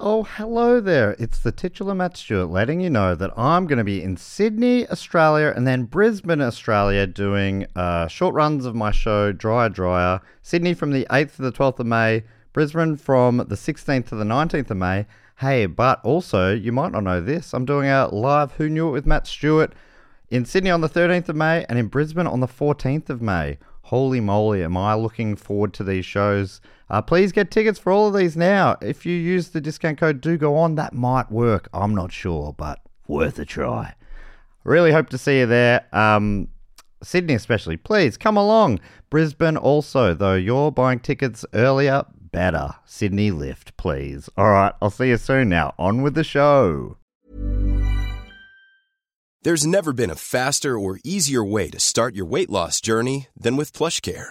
Oh, hello there. It's the titular Matt Stewart letting you know that I'm going to be in Sydney, Australia, and then Brisbane, Australia, doing uh, short runs of my show, Dryer Dryer. Sydney from the 8th to the 12th of May, Brisbane from the 16th to the 19th of May. Hey, but also, you might not know this, I'm doing a live Who Knew It with Matt Stewart in Sydney on the 13th of May and in Brisbane on the 14th of May. Holy moly, am I looking forward to these shows. Uh, please get tickets for all of these now. If you use the discount code do go on, that might work. I'm not sure, but worth a try. Really hope to see you there. Um, Sydney, especially, please come along. Brisbane, also, though you're buying tickets earlier, better. Sydney lift, please. All right, I'll see you soon now. On with the show. There's never been a faster or easier way to start your weight loss journey than with PlushCare.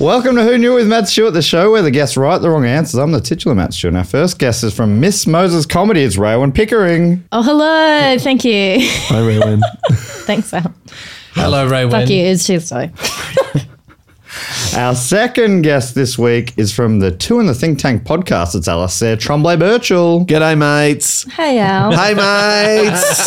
Welcome to Who Knew with Matt Stewart, the show where the guests write the wrong answers. I'm the titular Matt Stewart. And our first guest is from Miss Moses Comedy. It's Raywon Pickering. Oh, hello. Thank you. Hi, Raywin. Thanks, Al. Hello, Raywin. Fuck you. It's Tuesday. Our second guest this week is from the Two in the Think Tank podcast. It's Alistair Tremblay Birchall. G'day, mates. Hey, Al. Hey, mates.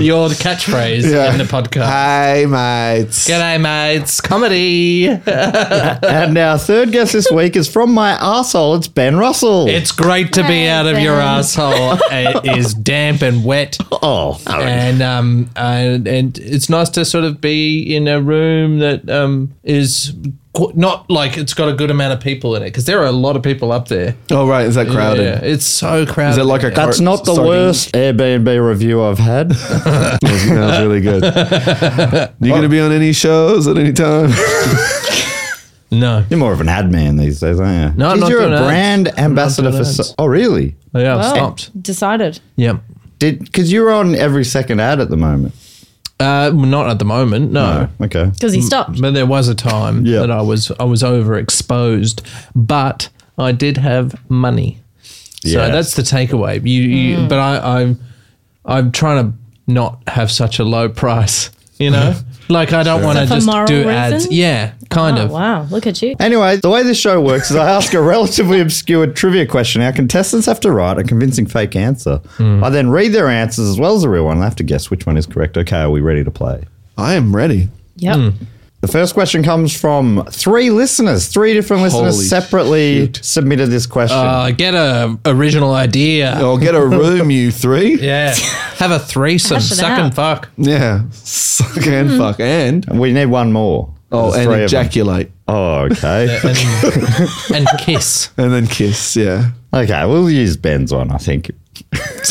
Your catchphrase Yeah. in the podcast. hey, mates. G'day, mates. Comedy. And our third guest this week is from my arsehole. It's Ben Russell. It's great to be Hey, out of your Ben. asshole. it is damp and wet, oh, all right. and um, and, and it's nice to sort of be in a room that um is qu- not like it's got a good amount of people in it because there are a lot of people up there. Oh, right. Is that crowded? Yeah, it's so crowded. Is it like a that's cart- not the sardine? worst Airbnb review I've had. That was, that was really good. you going to be on any shows at any time? no? You're more of an ad man these days, aren't you? No, I'm Did not you're doing a ads. brand ambassador for. doing So- ads. oh, really? Yeah, I've Well, stopped. Decided. Yeah. Did because you're on every second ad at the moment. Uh, not at the moment. no. Oh, okay. Because Mm, he stopped. But there was a time Yeah. that I was I was overexposed, but I did have money. Yes. So that's the takeaway. You, you Mm. but I, I'm I'm trying to not have such a low price, you know? like I don't want to For just moral do ads. reasons? Yeah, kind Oh, of. wow. Look at you. Anyway, the way this show works is I ask a relatively obscure trivia question. Our contestants have to write a convincing fake answer. Hmm. I then read their answers as well as the real one. I have to guess which one is correct. Okay, are we ready to play? I am ready. Yep. Mm. The first question comes from three listeners. Three different listeners Holy separately submitted this question. Uh, get a original idea. I'll Oh, get a room, you three. Yeah. have a threesome. Hash it Suck and out. fuck. Yeah. Suck and Hmm. fuck. And, we need one more. oh, There's and three of them. ejaculate. Oh, okay. And, and kiss. And then kiss. Yeah. Okay, we'll use Ben's one, I think.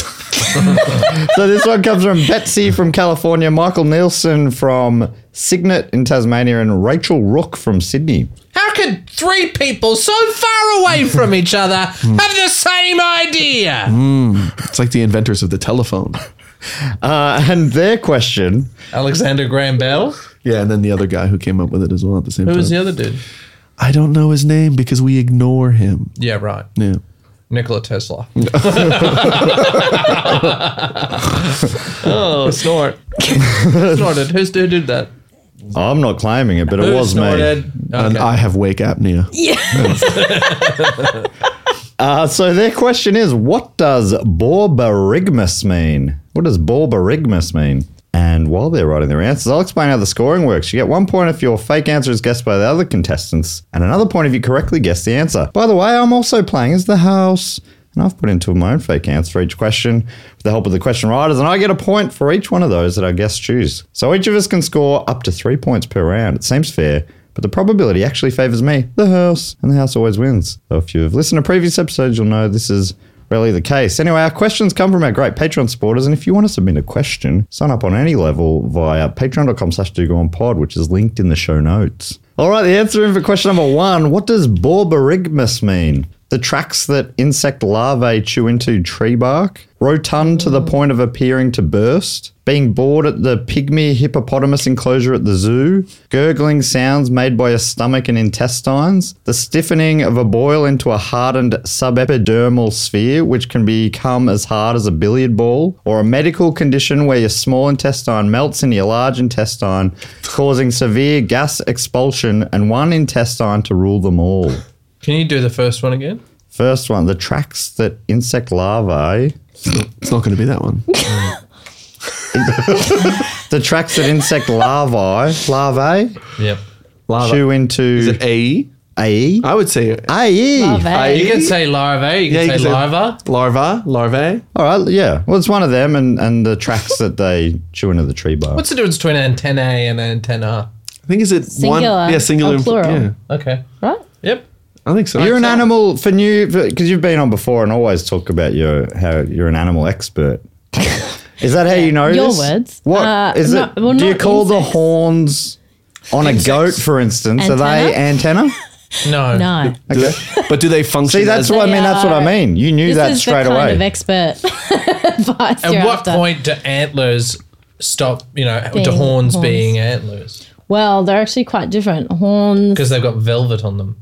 so this one comes from Betsy from California, Michael Nielsen from Signet in Tasmania, and Rachel Rook from Sydney. How could three people so far away from each other have the same idea? It's like the inventors of the telephone. Uh, and their question Alexander Graham Bell. Yeah. And then the other guy who came up with it as well at the same Who time. was the other dude? I don't know his name because we ignore him. Yeah, right. Yeah. Nikola Tesla. oh, snort. Snorted. Who's, who did that? I'm not claiming it, but it Who was me. snorted? And Okay. I have wake apnea. Uh, so their question is, what does borborygmus mean? What does borborygmus mean? And while they're writing their answers, I'll explain how the scoring works. You get one point if your fake answer is guessed by the other contestants, and another point if you correctly guess the answer. By the way, I'm also playing as the house, and I've put in two of my own fake answers for each question with the help of the question writers, and I get a point for each one of those that our guests choose. So each of us can score up to three points per round. It seems fair. But the probability actually favors me, the house, and the house always wins. So if you've listened to previous episodes, you'll know this is really the case. Anyway, our questions come from our great Patreon supporters, and if you want to submit a question, sign up on any level via patreon.com slash pod, which is linked in the show notes. All right, the answer in for question number one, what does borborygmus mean? The tracks that insect larvae chew into tree bark? Rotund to the point of appearing to burst? Being bored at the pygmy hippopotamus enclosure at the zoo? Gurgling sounds made by your stomach and intestines? The stiffening of a boil into a hardened subepidermal sphere, which can become as hard as a billiard ball? Or a medical condition where your small intestine melts into your large intestine, causing severe gas expulsion and one intestine to rule them all? Can you do the first one again? First one, the tracks that insect larvae. It's not going to be that one. The tracks that insect larvae, larvae, Yep. chew into E. AE? AE. E? I would say E. AE. You can say larvae. You can say larva. larva, larvae. All right, yeah. Well, it's one of them and, and the tracks that they chew into the tree bark. What's the difference between antennae and antenna? I think is it Singular one? Yeah, singular or and pl- plural. Yeah, Okay. Right? Yep. I think so. You're an animal for new because you've been on before and always talk about your how you're an animal expert. Is that how you know Your this? words. What Uh, is no- it? well, do you not call the insects. horns on a goat, for instance, are they antenna? No. No. Do they- but do they function? See, that's as, what I They mean. That's what I are- mean. You knew This that is straight the kind away. of expert advice At you're what after. point do antlers stop? You know, do Being horns, horns. being antlers Well, they're actually quite different. Horns, because they've got velvet on them.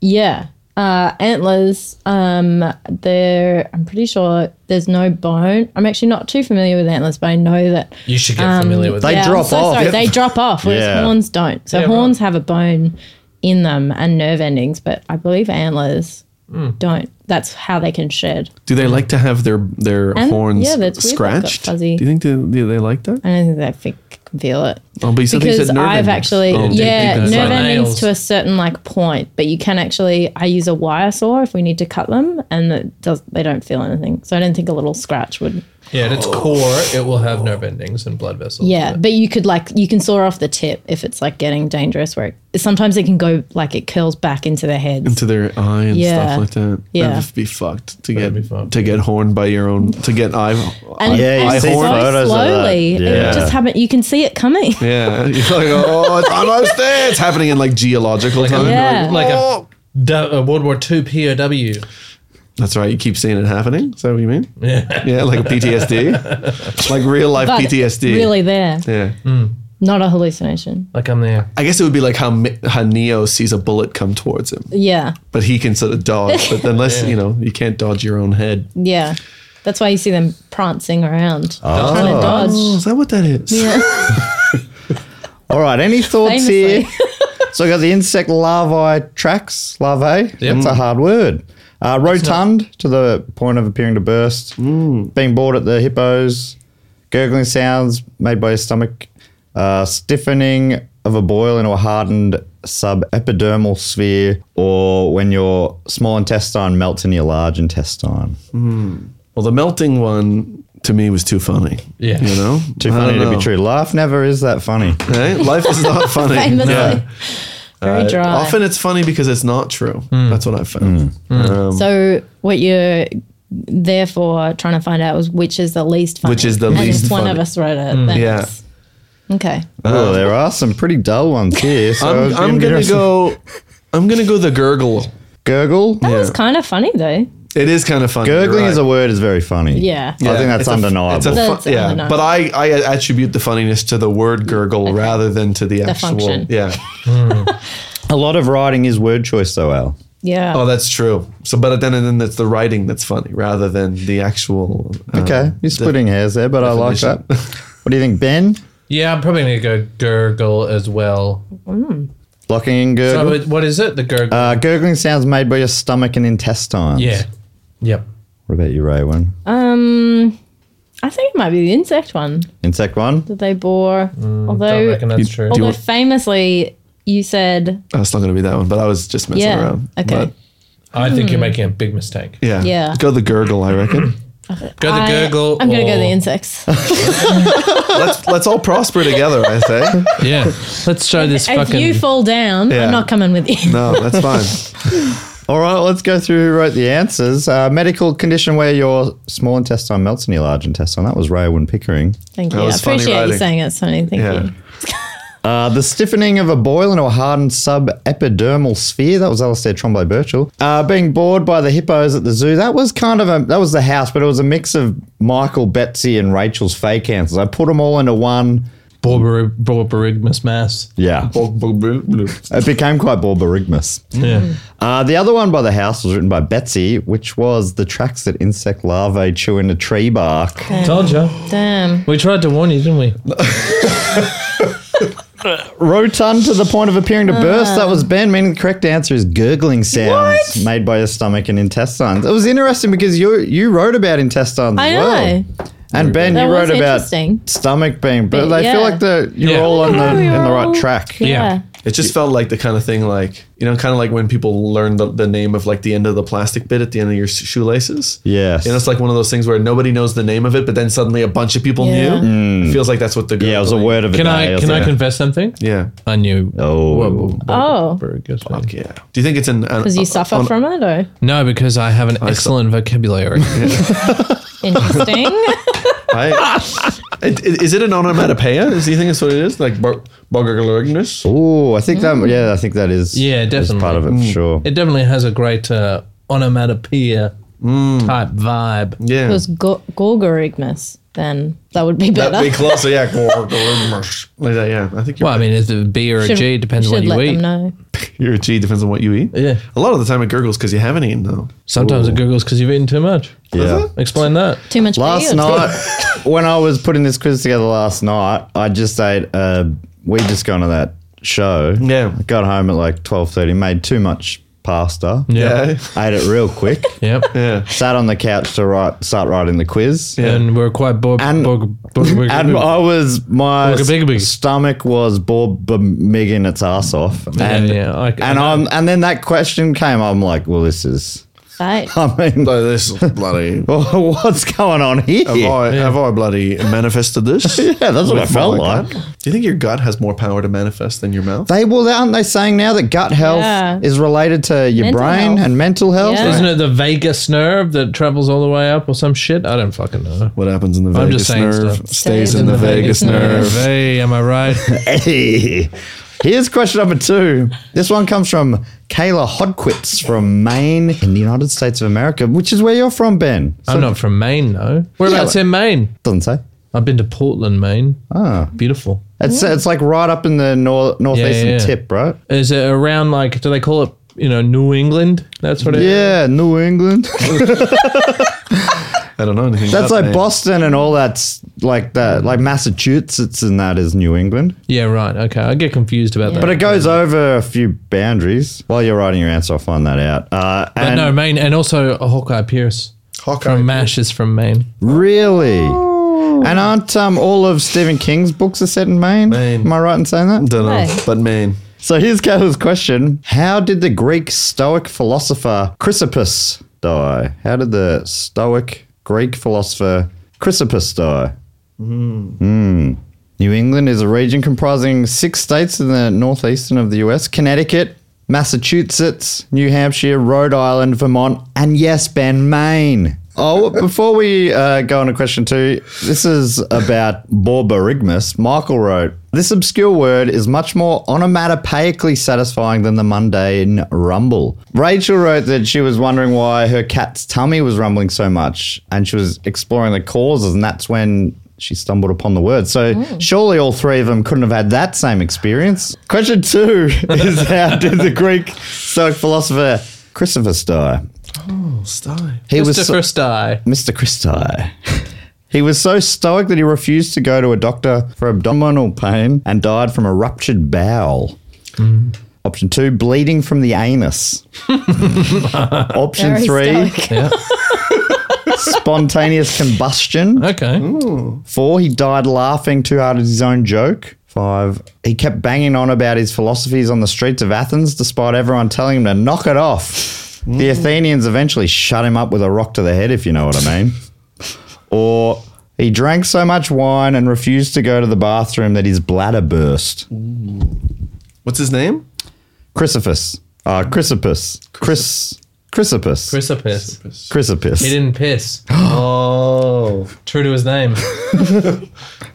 yeah. Uh, antlers, um, they're, I'm pretty sure there's no bone. I'm actually not too familiar with antlers, but I know that You should get Um, familiar with They that. Yeah, drop I'm so off. Sorry, Yep. They drop off, whereas Yeah. horns don't. So Yeah, horns have a bone in them and nerve endings, but I believe antlers Hmm. don't. That's how they can shed. do they like to have their their And- horns yeah, that's weird, they've got scratched? fuzzy- Do you think they, do they like that? I don't think they fi- can feel it. Oh, but you said they because said nerve I've endings. actually Oh, yeah deep nerve inside endings nails. to a certain like point, but you can actually I use a wire saw if we need to cut them, and it does they don't feel anything. So I don't think a little scratch would. Yeah, at its core, it will have nerve endings and blood vessels. Yeah, but you could like you can saw off the tip if it's like getting dangerous. Where it, sometimes it can go like it curls back into their heads. into their eye and Yeah. stuff like that. Yeah. That'd be fucked to get be fucked. to get horned by your own to get eye. and Yeah, you and see so photos of that. slowly Yeah. it just happen you can see it coming yeah, you're like oh, it's almost there. It's happening in like geological time. Yeah. You're Like a- oh. Du- a World War II POW. That's right. You keep seeing it happening. Is that what you mean? Yeah. Yeah, like a PTSD, like real life but PTSD. really there Yeah. not a hallucination Like I'm there. I guess it would be like how Mi- how Neo sees a bullet come towards him, yeah but he can sort of dodge. But unless you know, you can't dodge your own head. yeah that's why you see them prancing around trying to dodge Oh, is that what that is? All right, any thoughts Famously. here? so I got the insect larvae tracks, larvae. That's a hard word. Uh, rotund to the point of appearing to burst. Hmm. Being bored at the hippos. Gurgling sounds made by your stomach. Uh, stiffening of a boil into a hardened subepidermal sphere, or when your small intestine melts into your large intestine. Well, the melting one to me was too funny. Yeah. You know, Too I don't funny to know. be true. Life never is that funny. Right? Life is not funny. famously very dry Uh, Often it's funny because it's not true. Hmm. That's what I've found. Um, so what you're therefore trying to find out was which is the least funny Which is the and least if one funny. of us wrote Mm. it thanks. okay Oh, there are some pretty dull ones here. So I'm, it's I'm gonna be gonna interesting. go. I'm gonna go the gurgle. gurgle. that was kind of funny though It is kind of funny. you're Gurgling right. as a word is very funny. Yeah. I think that's It's a- undeniable. it's a fu- That's yeah, undeniable. but I, I attribute the funniness to the word gurgle rather than to the, actual. function. Yeah. a lot of writing is word choice, though, Al. yeah Oh, that's true. So, but then and then it's the writing that's funny rather than the actual. um, Okay, you're splitting hairs there, but I like definition. that. What do you think, Ben? Yeah, I'm probably going to go gurgle as well. Locking in So, gurgle. it- what is it? The gurgle? uh, gurgling sounds made by your stomach and intestines. yeah. Yep. What about you, Ray? One um I think it might be the insect one insect one. that they bore Mm, Don't although reckon that's true. Do you although want- famously you said Oh, it's not going to be that one, but I was just messing Yeah, around. okay. But, I Hmm. think you're making a big mistake. yeah. Yeah. Go the gurgle, I reckon. Go the I- gurgle. I'm gonna go or- the insects. let's let's all prosper together. I say. Yeah. Let's show this if fucking. you fall down, Yeah. I'm not coming with you. No, that's fine. All right, let's go through who wrote the answers. Uh, medical condition where your small intestine melts in your large intestine. That was Raywin Pickering. Thank That you. I was funny appreciate you writing. saying it, Sonny. Thank Yeah. you. Uh, the stiffening of a boiling or hardened subepidermal sphere. That was Alistair Trombley Birchall. Uh, being bored by the hippos at the zoo. That was kind of a that was the house, but it was a mix of Michael, Betsy, and Rachel's fake answers. I put them all into one. Borber- Borborygmus mass. Yeah, it became quite borborygmus. Yeah. Hmm. Uh, the other one by the house was written by Betsy, which was the tracks that insect larvae chew into tree bark. Told you. Damn. We tried to warn you, didn't we? Rotund to the point of appearing to burst. That Ah. was Ben, meaning the correct answer is gurgling sounds made by your stomach and intestines. It was interesting because you you wrote about intestines I as well. know. And Ben, That you was wrote about interesting. stomach being but But I feel yeah. like the you're Yeah. all on the we in the were right all- track. Yeah. Yeah. It just felt like the kind of thing, like you know, kind of like when people learn the, the name of like the end of the plastic bit at the end of your s- shoelaces. Yes. and it's like one of those things where nobody knows the name of it, but then suddenly a bunch of people Yeah. knew. It feels like that's what the Mm. Yeah, it was a gurgling- word of a Can day I or can I something. confess something? Yeah, I knew. Oh. Oh. Borborygmus. yeah. Do you think it's an uh, Because you suffer from it, or No, because I have an excellent vocabulary. interesting. I, it, it, is it an onomatopoeia? Is, do you think that's what it is? Like Bogarlorgnus? Ooh, I think Mm. that yeah, I think that is Yeah, is definitely. Mm. part of it for sure. It definitely has a great uh, onomatopoeia Mm. type vibe. it Yeah. was go- Gorgorygmus, then that would be better. That'd be closer, yeah. Gorgorygmus. like that, yeah. I think you're Well, I mean, it's a B or a G, depends should on what you let eat. them know. Your G depends on what you eat. Yeah. A lot of the time it gurgles because you haven't eaten though. Sometimes it googles because you've eaten too much. Yeah. Explain that. Too much. Last pee or night, when I was putting this quiz together last night, I just ate. Uh, we just gone to that show. Yeah. I got home at like twelve thirty. Made too much pasta. Yeah. Ate it real quick. Yep. Yeah. sat on the couch to write. Start writing the quiz. And we're quite bored. And- And I was my Like a big, big- stomach was bobbing its ass off, and yeah, I- I and know. I'm and then that question came. I'm like, well, this is. Right. I mean, Like this is bloody. what's going on here? Have, I, have I bloody manifested this? yeah, that's what it felt like. Do you think your gut has more power to manifest than your mouth? They well, aren't they saying now that gut health Yeah. is related to your Mental brain health. and mental health? Yeah. Isn't it the vagus nerve that travels all the way up or some shit? I don't fucking know. What happens in the I'm vagus just saying nerve stuff. stays in the vagus nerve. Hey, am I right? Hey. Here's question number two. This one comes from Kayla Hodquitz from Maine in the United States of America, which is where you're from, Ben. I'm not from Maine, no. Whereabouts in Maine? Doesn't say. I've been to Portland, Maine. Ah. Beautiful. It's, it's like right up in the nor- northeastern yeah. tip, right? Is it around like? Do they call it? You know, New England. That's what it is. Yeah, New England. I don't know anything. That's about like that. Boston and all that's like that, like Massachusetts and that is New England. Yeah. Right. Okay. I get confused about that. But it goes over a few boundaries. While you're writing your answer, I'll find that out. Uh, But and no, Maine, and also Hawkeye Pierce Hawkeye. from Mash is from Maine. Really? And aren't um, all of Stephen King's books are set in Maine? Maine. Mm. Am I right in saying that? Don't know, Hey. but Maine. So here's Caleb's question How did the Greek Stoic philosopher Chrysippus die? How did the Stoic Greek philosopher Chrysippus die? Hmm. New England is a region comprising six states in the northeastern of the US Connecticut, Massachusetts, New Hampshire, Rhode Island, Vermont, and yes, Ben, Maine. Oh, before we uh, go on to question two, this is about Borborygmus. Michael wrote, This obscure word is much more onomatopoeically satisfying than the mundane rumble. Rachel wrote that she was wondering why her cat's tummy was rumbling so much, and she was exploring the causes, and that's when she stumbled upon the word. So Mm. surely all three of them couldn't have had that same experience. Question two is how did the Greek Stoic philosopher Chrysippus die? Sty. He Mr. was so- First Eye. Mr. Christi. He was so stoic that he refused to go to a doctor for abdominal pain and died from a ruptured bowel. Option two, bleeding from the anus. Option Very three, stoic. Yeah. spontaneous combustion. Okay. Four, he died laughing too hard at his own joke. Five, he kept banging on about his philosophies on the streets of Athens despite everyone telling him to knock it off. Mm. The Athenians eventually shut him up with a rock to the head, if you know what I mean. Or he drank so much wine and refused to go to the bathroom that his bladder burst. What's his name? Chrysippus. Uh, Chrysippus. Chris. Chrysippus. Chrysippus. Chrysippus. He didn't piss. Oh, True to his name.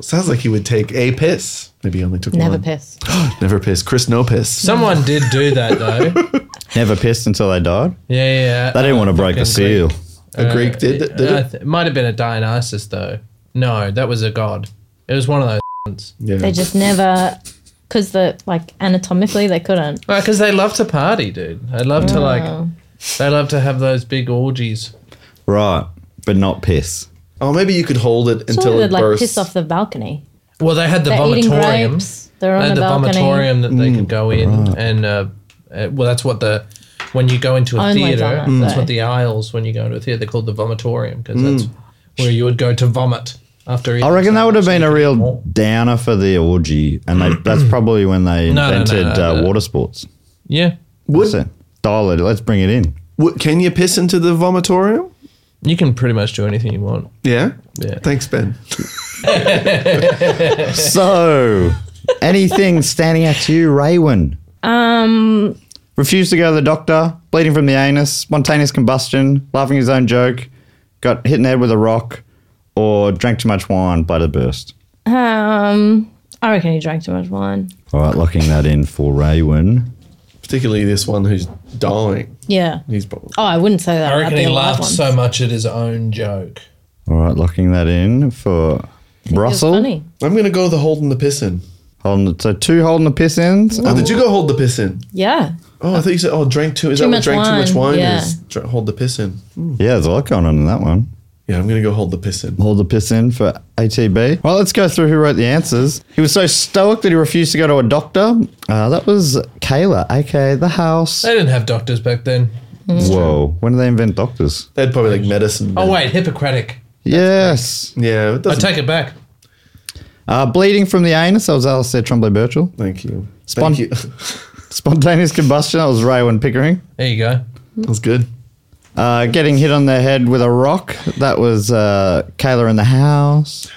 sounds like he would take a piss. Maybe he only took Never one. piss. Never piss. Chris, no piss. Someone did do that though. Never pissed until they died. Yeah, yeah, yeah. They didn't want to break fucking the seal. Greek. A Greek did, Uh, did it. I th- it might have been a Dionysus though. No, that was a god. It was one of those. Yeah. They just never, because the like anatomically they couldn't. Because they love to party, dude. They love to like. Oh. They love to have those big orgies. Right. But not piss. Oh, maybe you could hold it until Surely it they'd like bursts. piss off the balcony. Well, they had the They're eating vomitorium. grapes. They're They on had a the balcony. vomitorium that they could go in and. Uh, uh, well, that's what the. When you go into a Only theater, vomit, that's though. what the aisles when you go into a theater they're called the vomitorium because that's where you would go to vomit after. Eating I reckon that would have been a real more. downer for the orgy, and they, that's probably when they No, no, no, invented no, uh, no. water sports. Yeah, Listen, dial it. Let's bring it in. What, can you piss into the vomitorium? you can pretty much do anything you want. Yeah. Yeah. Thanks, Ben. So, anything standing out to you, Raywin? Um, Refused to go to the doctor, bleeding from the anus, spontaneous combustion, laughing his own joke, got hit in the head with a rock, or drank too much wine, blood burst. um, I reckon he drank too much wine. All right, locking that in for Raywin. Particularly this one who's dying. Yeah. He's probably. Oh, I wouldn't say that. I about reckon the he alive laughed ones. so much at his own joke. All right, locking that in for It was Russell. funny. I'm gonna go the holding the piss in. Holding the, so two holding the piss ends. Oh, did you go hold the piss in? Yeah. Oh, I thought you said oh drank too. Is Too that what much drank too much wine, wine yeah. is? Dr- hold the piss in. Yeah, there's a lot going on in that one. Yeah, I'm gonna go hold the piss in. Hold the piss in for ATB. Well, let's go through who wrote the answers. He was so stoic that he refused to go to a doctor. Uh, that was Kayla, aka The House. They didn't have doctors back then. Whoa, when did they invent doctors? They had probably like medicine. Oh then. wait, Hippocratic. Yes. Yeah, it I doesn't. take it back. Uh, bleeding from the anus, that was Alistair Tremblay Birchall. Thank you. Spon- Thank you. Spontaneous combustion, that was Raywin Pickering. There you go. that was good. Uh, getting hit on the head with a rock, that was uh, Kayla in the house.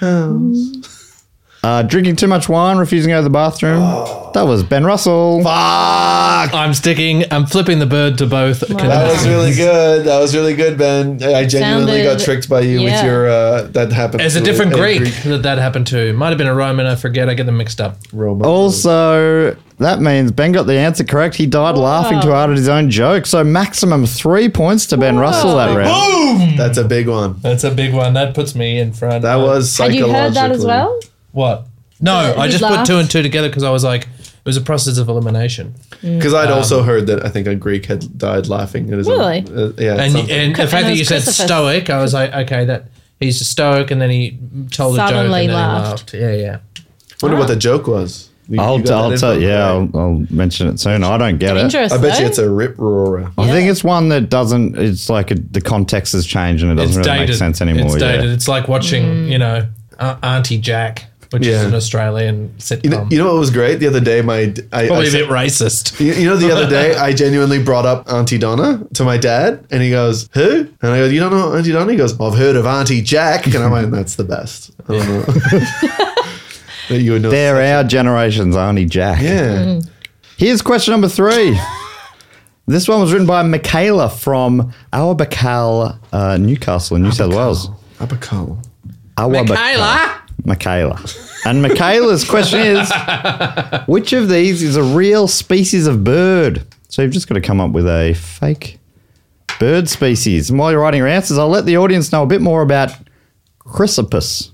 Uh, drinking too much wine, refusing to go to the bathroom, Oh. that was Ben Russell. Fuck. I'm sticking. I'm flipping the bird to both. That was really good. That was really good, Ben. I genuinely got Sounded- tricked by you with yeah. your uh, that happened. It's a to different Greek, that that happened to. Might have been a Roman. I forget. I get them mixed up. Roma. Oh. Also, that means Ben got the answer correct. He died laughing too hard at his own joke. So maximum three points to Ben Russell that round. That's a big one. That's a big one. That puts me in front. That of- was Had you psychologically. heard that as well? what? No, Uh, I he just put laughed. two and two together because I was like, it was a process of elimination. Mm. Because I'd Um, also heard that I think a Greek had died laughing. It is Really? uh, yeah. And something. and the And it fact that was you said Chrysippus. stoic, I was like, okay, that he's a stoic, and then he told a joke and Suddenly then laughed. he laughed. Yeah, yeah. wonder what the joke was. You- you I'll, got I'll that tell info? yeah, I'll, I'll mention it soon. I don't get it. Interesting. I bet you it's a rip roarer. I think it's one that doesn't. It's like it the context has changed and it doesn't It's really dated. make sense anymore. It's yeah. dated. It's like watching, Mm. you know, uh, Auntie Jack, which is Yeah. an Australian sitcom. You know, Um, you know what was great the other day? My I, I Probably a said- bit racist. you, you know the other day I genuinely brought up Auntie Donna to my dad, and he goes, "Who?" And I go, "You don't know Auntie Donna?" He goes, "I've heard of Auntie Jack," and I went, "That's the best." I don't know that you would know. They're our generation's only Jack. Yeah, Here's question number three. this one was written by Michaela from Awabakal, uh, Newcastle, New South Wales. Abacal. Awabakal. Michaela! Michaela. And Michaela's question is which of these is a real species of bird? So you've just got to come up with a fake bird species. And while you're writing your answers, I'll let the audience know a bit more about Chrysippus.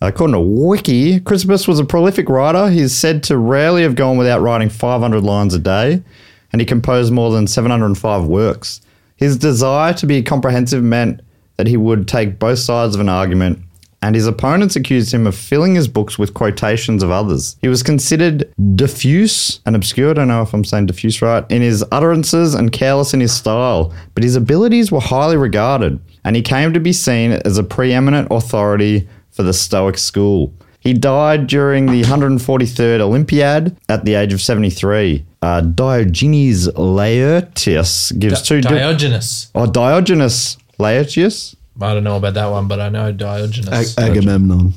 According to Wiki, Chrysippus was a prolific writer. He is said to rarely have gone without writing 500 lines a day, and he composed more than 705 works. His desire to be comprehensive meant that he would take both sides of an argument, and his opponents accused him of filling his books with quotations of others. He was considered diffuse and obscure, I don't know if I'm saying diffuse right, in his utterances and careless in his style, but his abilities were highly regarded, and he came to be seen as a preeminent authority for the Stoic school. He died during the 143rd Olympiad at the age of 73. Uh, Diogenes Laertius gives two. di- Diogenes. oh, Diogenes Laertius? I don't know about that one, but I know Diogenes. Agamemnon.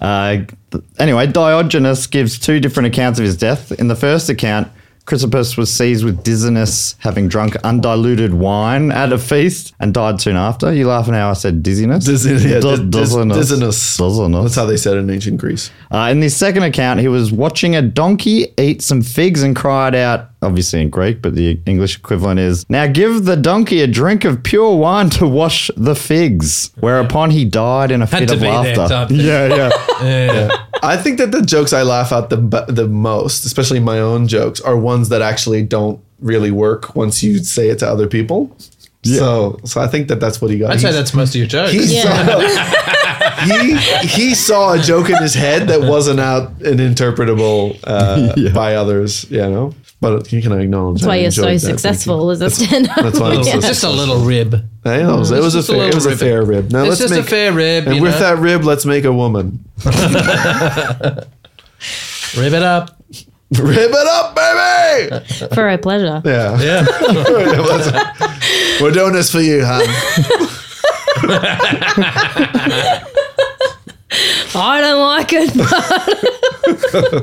Uh, th- anyway, Diogenes gives two different accounts of his death. In the first account, Chrysippus was seized with dizziness, having drunk undiluted wine at a feast, and died soon after. You laughing how I said dizziness? Dizziness, yeah, Diz- diz- dizziness. dizziness. Dizziness. That's how they said it in ancient Greece. Uh, in the second account, he was watching a donkey eat some figs and cried out, obviously in Greek, but the English equivalent is, Now give the donkey a drink of pure wine to wash the figs. Whereupon he died in a Had fit to of be there, laughter. type Yeah, yeah. I think that the jokes I laugh at the b- the most, especially my own jokes, are ones that actually don't really work once you say it to other people. So, so I think that that's what he got. I'd say He's- that's most of your jokes. he saw he he saw a joke in his head that wasn't out and interpretable uh, by others, you know. But you can acknowledge That's why I you're so enjoyed that. Thank you. successful as a stand up. That's why I'm so It's just a little rib. I know, it was a just a fair, it little was a ribbon. fair rib. Now It's let's just make a fair rib. and you with know. that rib, let's make a woman. rib it up. Rib it up, baby! For our pleasure. Yeah. Yeah. We're doing this for you, hon. I don't like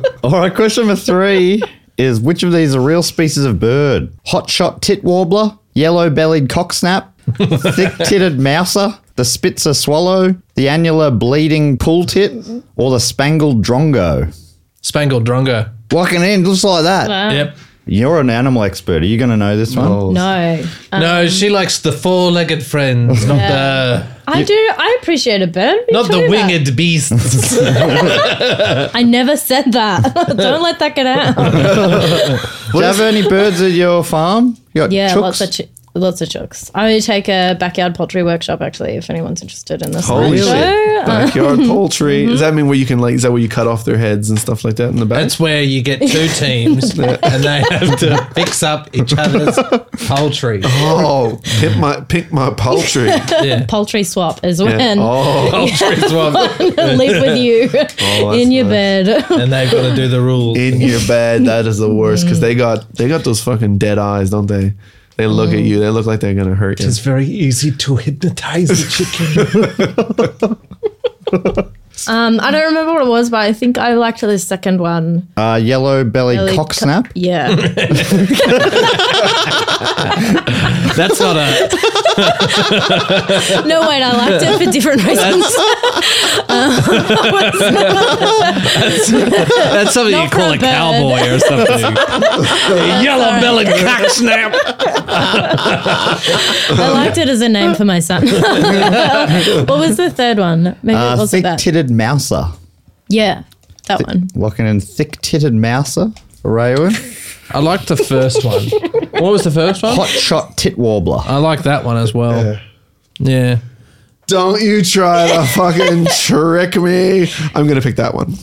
it. All right, question number three is which of these are real species of bird? Hotshot tit warbler, yellow bellied cocksnap, thick titted mouser, the spitzer swallow, the annular bleeding pool tit, or the spangled drongo? Spangled drongo. Locking in just like that. Yep. You're an animal expert. Are you going to know this one? No. no, she likes the four-legged friends, not I do. I appreciate a bird. What are the you not the talking about? winged beasts. I never said that. Don't let that get out. Do you have any birds at your farm? You got Yeah, chooks? lots of ch- lots of chooks. I'm going to take a backyard pottery workshop actually. If anyone's interested in this, Holy So, shit. uh, Backyard poultry. Does Mm-hmm. that mean where you can like is that where you cut off their heads and stuff like that in the back? That's where you get two teams, and they have to fix up each other's poultry. oh, pick my pick my poultry. Yeah. Poultry swap is when oh, Poultry as well, live with you Oh, in your bed. and they've got to do the rules. in your bed. That is the worst because they got they got those fucking dead eyes, don't they? They look at you. They look like they're gonna hurt you. It's very easy to hypnotize the chicken. Um, I don't remember what it was, but I think I liked the second one. uh, yellow bellied Belly cocksnap. Yeah, That's not a. no wait, I liked it for different reasons. That's something Not you call for a a cowboy or something. a yellow bellied cock snap. I liked it as a name for my son. what was the third one? Maybe it Uh, thick wasn't that. titted mouser. yeah, that one. Locking in thick titted mouser for Raywin. I like the first one. What was the first one? Hot shot tit warbler. I like that one as well. Yeah. Don't you try to fucking trick me. I'm gonna pick that one.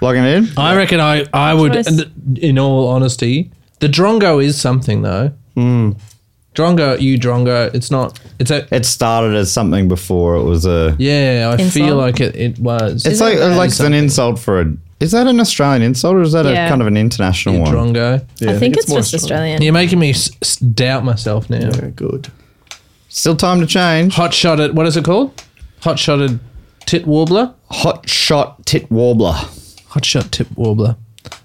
Locking in. I reckon I, I would, Choice. and in all honesty, the drongo is something though. Drongo, you drongo. It's not. It's a. Hmm. It started as something before. It was a. Yeah, I feel Insult? like it, it was. It's like it like it's an insult for a. Is that an Australian insult or is that Yeah. a kind of an international one? drongo. I think it's, more just Australian. You're making me s- s- doubt myself now. Yeah, good. Still time to change. Hot shotted. What is it called? Hot shotted tit warbler. Hot shot tit warbler. Hot shot tit warbler.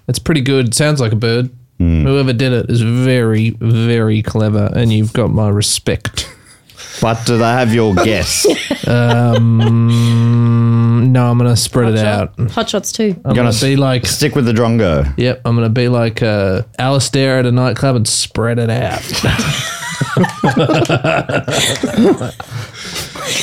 It's pretty good. Sounds like a bird. Hmm. Whoever did it is very, very clever, and you've got my respect. But do they have your guess? No, I'm gonna spread it out. I'm Hot shots too. gonna, gonna be like Stick with the drongo. Yep, I'm gonna be like uh, Alistair at a nightclub and spread it out.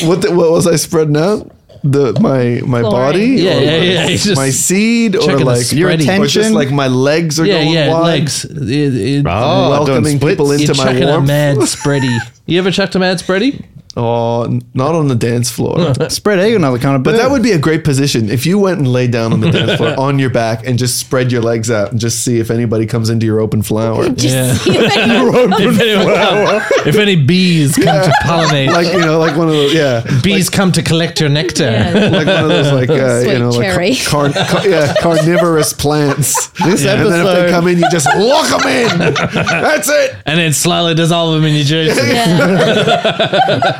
What the, what was I spreading out? The my my Chlorine. body, Yeah, or yeah, my, yeah, it's just my seed, or checking the like Your Spreading. attention. or just like my legs are yeah, going yeah, wide. legs. It- it- Oh, doing welcoming splits. Ah, people you're into my chucking a warmth. mad spready. You ever chucked a mad spready? Oh, n- not on the dance floor. Spread eagle, another kind of bird. But that would be a great position if you went and laid down on the dance floor on your back and just spread your legs out and just see if anybody comes into your open flower. Yeah. Yeah. if, anyone come- if any bees come to pollinate, Like you know, like one of those, yeah, bees come to collect your nectar. like one of those, like uh, Sweet you know, cherry. like car- car- car- yeah, carnivorous plants. This and then if episode- they come in, you just lock them in. That's it. And then slowly dissolve them in your juice.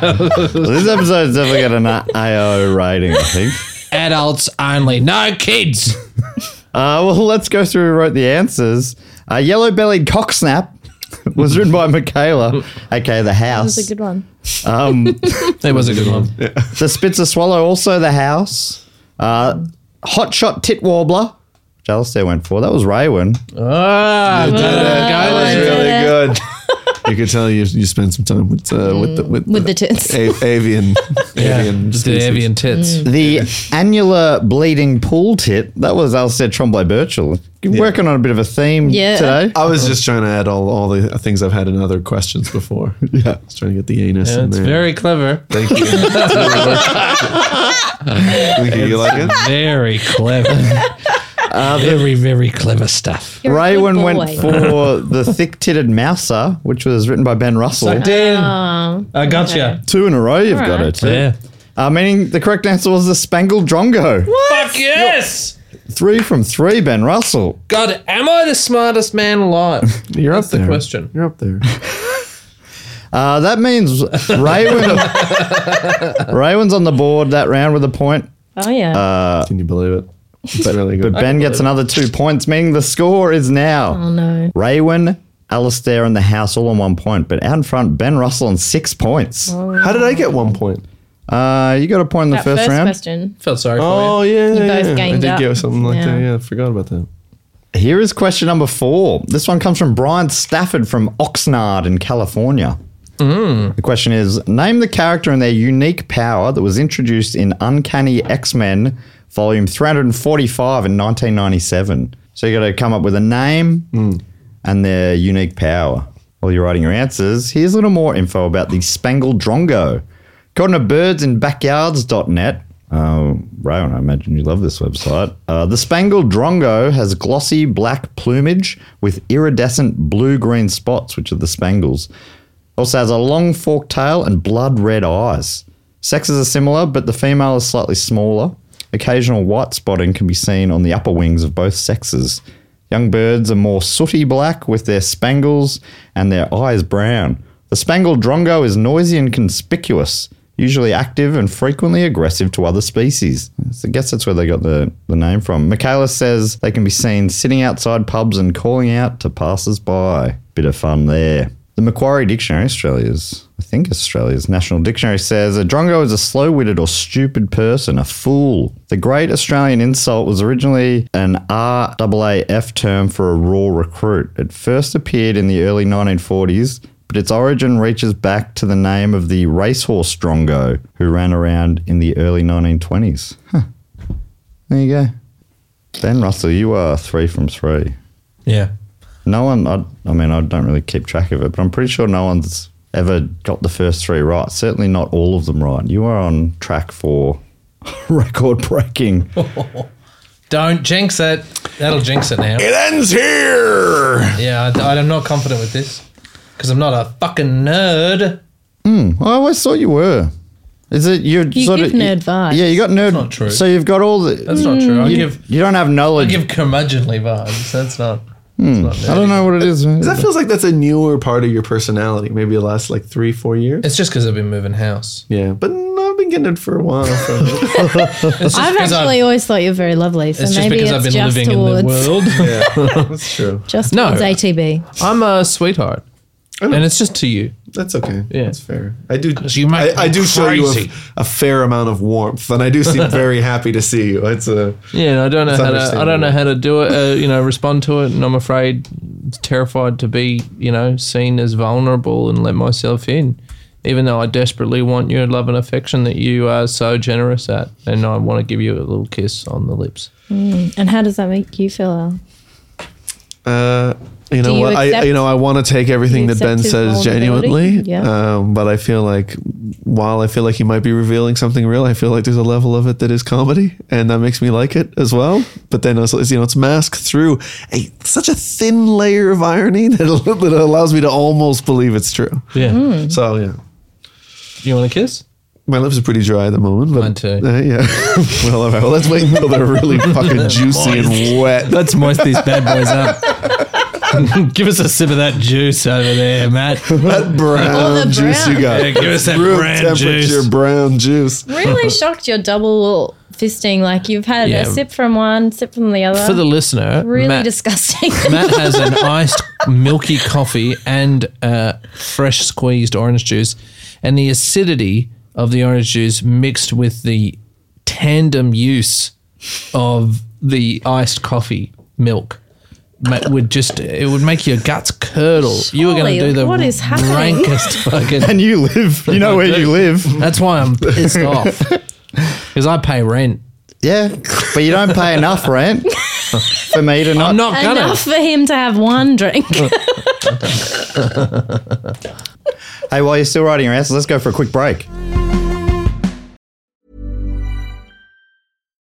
Yeah. this episode's definitely got an AO rating, I think. Adults only, no kids. Uh, well, let's go through who wrote the answers. A Yellow Bellied Cocksnap was written by Michaela, aka The House. That's a good one. um, It was a good one. the Spitzer Swallow, also The House. Uh, Hot Shot Tit Warbler, which Alistair went for. That was Raywin. Ah, did it. Uh, That was Go. really Yeah. good. You could tell you you spent some time with uh, with the with, With the tits. a- avian avian Just the species. avian tits. Mm. The Annular Bleeding Pool Tit, that was Alistair Trombley Birchall. You're working on a bit of a theme Yeah. today. I was just trying to add all, all the things I've had in other questions before. Yeah, I was trying to get the anus Yeah, in it's there. very clever. Thank you. It's really working. Thank you. You like it? Very clever. Uh, very, very clever stuff. You're a good Raywin went boy. for The Thick Titted Mouser, which was written by Ben Russell. Uh, did. Oh, I gotcha. Two in a row, you've got it. Alright. Yeah. Uh, meaning the correct answer was the Spangled Drongo. Fuck yes! Three from three, Ben Russell. God, am I the smartest man alive? You're up the there. question. You're up there. Uh, that means Raywin. Raywin's on the board that round with a point, oh yeah. Uh, Can you believe it? It's really but good. Ben gets another two points, meaning the score is now oh no. Raywin, Alistair, and the house all on one point, but out in front, Ben Russell on six points. How did I get one point? Uh, you got a point in the That first, round. question. Felt sorry for Oh you. yeah, both yeah. I ganged did up. get something like Yeah. that. Yeah, I forgot about that. Here is question number four. This one comes from Brian Stafford from Oxnard in California. The question is Name the character and their unique power that was introduced in Uncanny X Men volume 345 in 1997. So you got to come up with a name and their unique power. While you're writing your answers, here's a little more info about the Spangled Drongo. According to birdsinbackyards.net, uh, Ryan, I imagine you love this website. Uh, the Spangled Drongo has glossy black plumage with iridescent blue green spots, which are the spangles. Also has a long forked tail and blood red eyes. Sexes are similar, but the female is slightly smaller. Occasional white spotting can be seen on the upper wings of both sexes. Young birds are more sooty black with their spangles and their eyes brown. The spangled drongo is noisy and conspicuous, usually active and frequently aggressive to other species. So I guess that's where they got the, the name from. Michaela says they can be seen sitting outside pubs and calling out to passers by. Bit of fun there. The Macquarie Dictionary, Australia's, I think Australia's National Dictionary says a drongo is a slow witted or stupid person, a fool. The great Australian insult was originally an RAAF term for a raw recruit. It first appeared in the early 1940s, but its origin reaches back to the name of the racehorse drongo who ran around in the early 1920s. Huh. There you go. Ben Russell, you are three from three. Yeah. No one, I, I mean, I don't really keep track of it, but I'm pretty sure no one's ever got the first three right. Certainly not all of them right. You are on track for record breaking. Don't jinx it. That'll jinx it now. It ends here. Yeah, I, I'm not confident with this because I'm not a fucking nerd. I always thought you were. Is it you're You sort give of nerd vibes. Yeah, you got nerd. not true. So you've got all the. That's not true. I Hmm. You, give you don't have I knowledge. I, give curmudgeonly vibes. That's not. that's not Hmm. nerdy. don't know what it is. That feels like that's a newer part of your personality. Maybe the last like three, four years. It's just because I've been moving house. Yeah, but I've been getting it for a while. So. It's just I've 'cause I've- actually always thought you were very lovely, so it's just maybe because it's I've been just living towards in the world. yeah, that's true. just No. towards ATB. I'm a sweetheart, and it's just to you. That's okay. Yeah. that's fair. I do. you make me I, I do show you crazy. a, a fair amount of warmth, and I do seem very happy to see you. It's a Yeah, and I don't know It's how to. I don't know understandable. how to do it. Uh, you know, respond to it, and I'm afraid, terrified to be, you know, seen as vulnerable and let myself in, even though I desperately want your love and affection that you are so generous at, and I want to give you a little kiss on the lips. And how does that make you feel? Al? Uh, you know you what? I accept- you know I want to take you everything that Ben accept his says vulnerability? genuinely. Yeah. Um, but I feel like while I feel like he might be revealing something real, I feel like there's a level of it that is comedy, and that makes me like it as well. But then also, it's, you know, it's masked through a such a thin layer of irony that, that allows me to almost believe it's true. Yeah, So yeah. you want a kiss? My lips are pretty dry at the moment, but Mine too. Uh, yeah. well, all right. Well, let's wait until they're really fucking juicy and wet. Let's moist these bad boys up. give us a sip of that juice over there, Matt. That brown the juice you brown. got. Yeah, give us that Room brown temperature juice. brown juice. Really shocked your double fisting. Like you've had Yeah. a sip from one, sip from the other. For the listener, really Matt, disgusting. Matt has an iced milky coffee and uh, fresh squeezed orange juice, and the acidity of the orange juice mixed with the tandem use of the iced coffee milk ma- would just it would make your guts curdle. you were Surely, going to do the what is happening? rankest fucking. And you live, you know where you live. That's why I'm pissed off because I pay rent. Yeah, but you don't pay enough rent for me to not. I'm not gonna. Enough for him to have one drink. Hey, while you're still riding your ass, let's go for a quick break.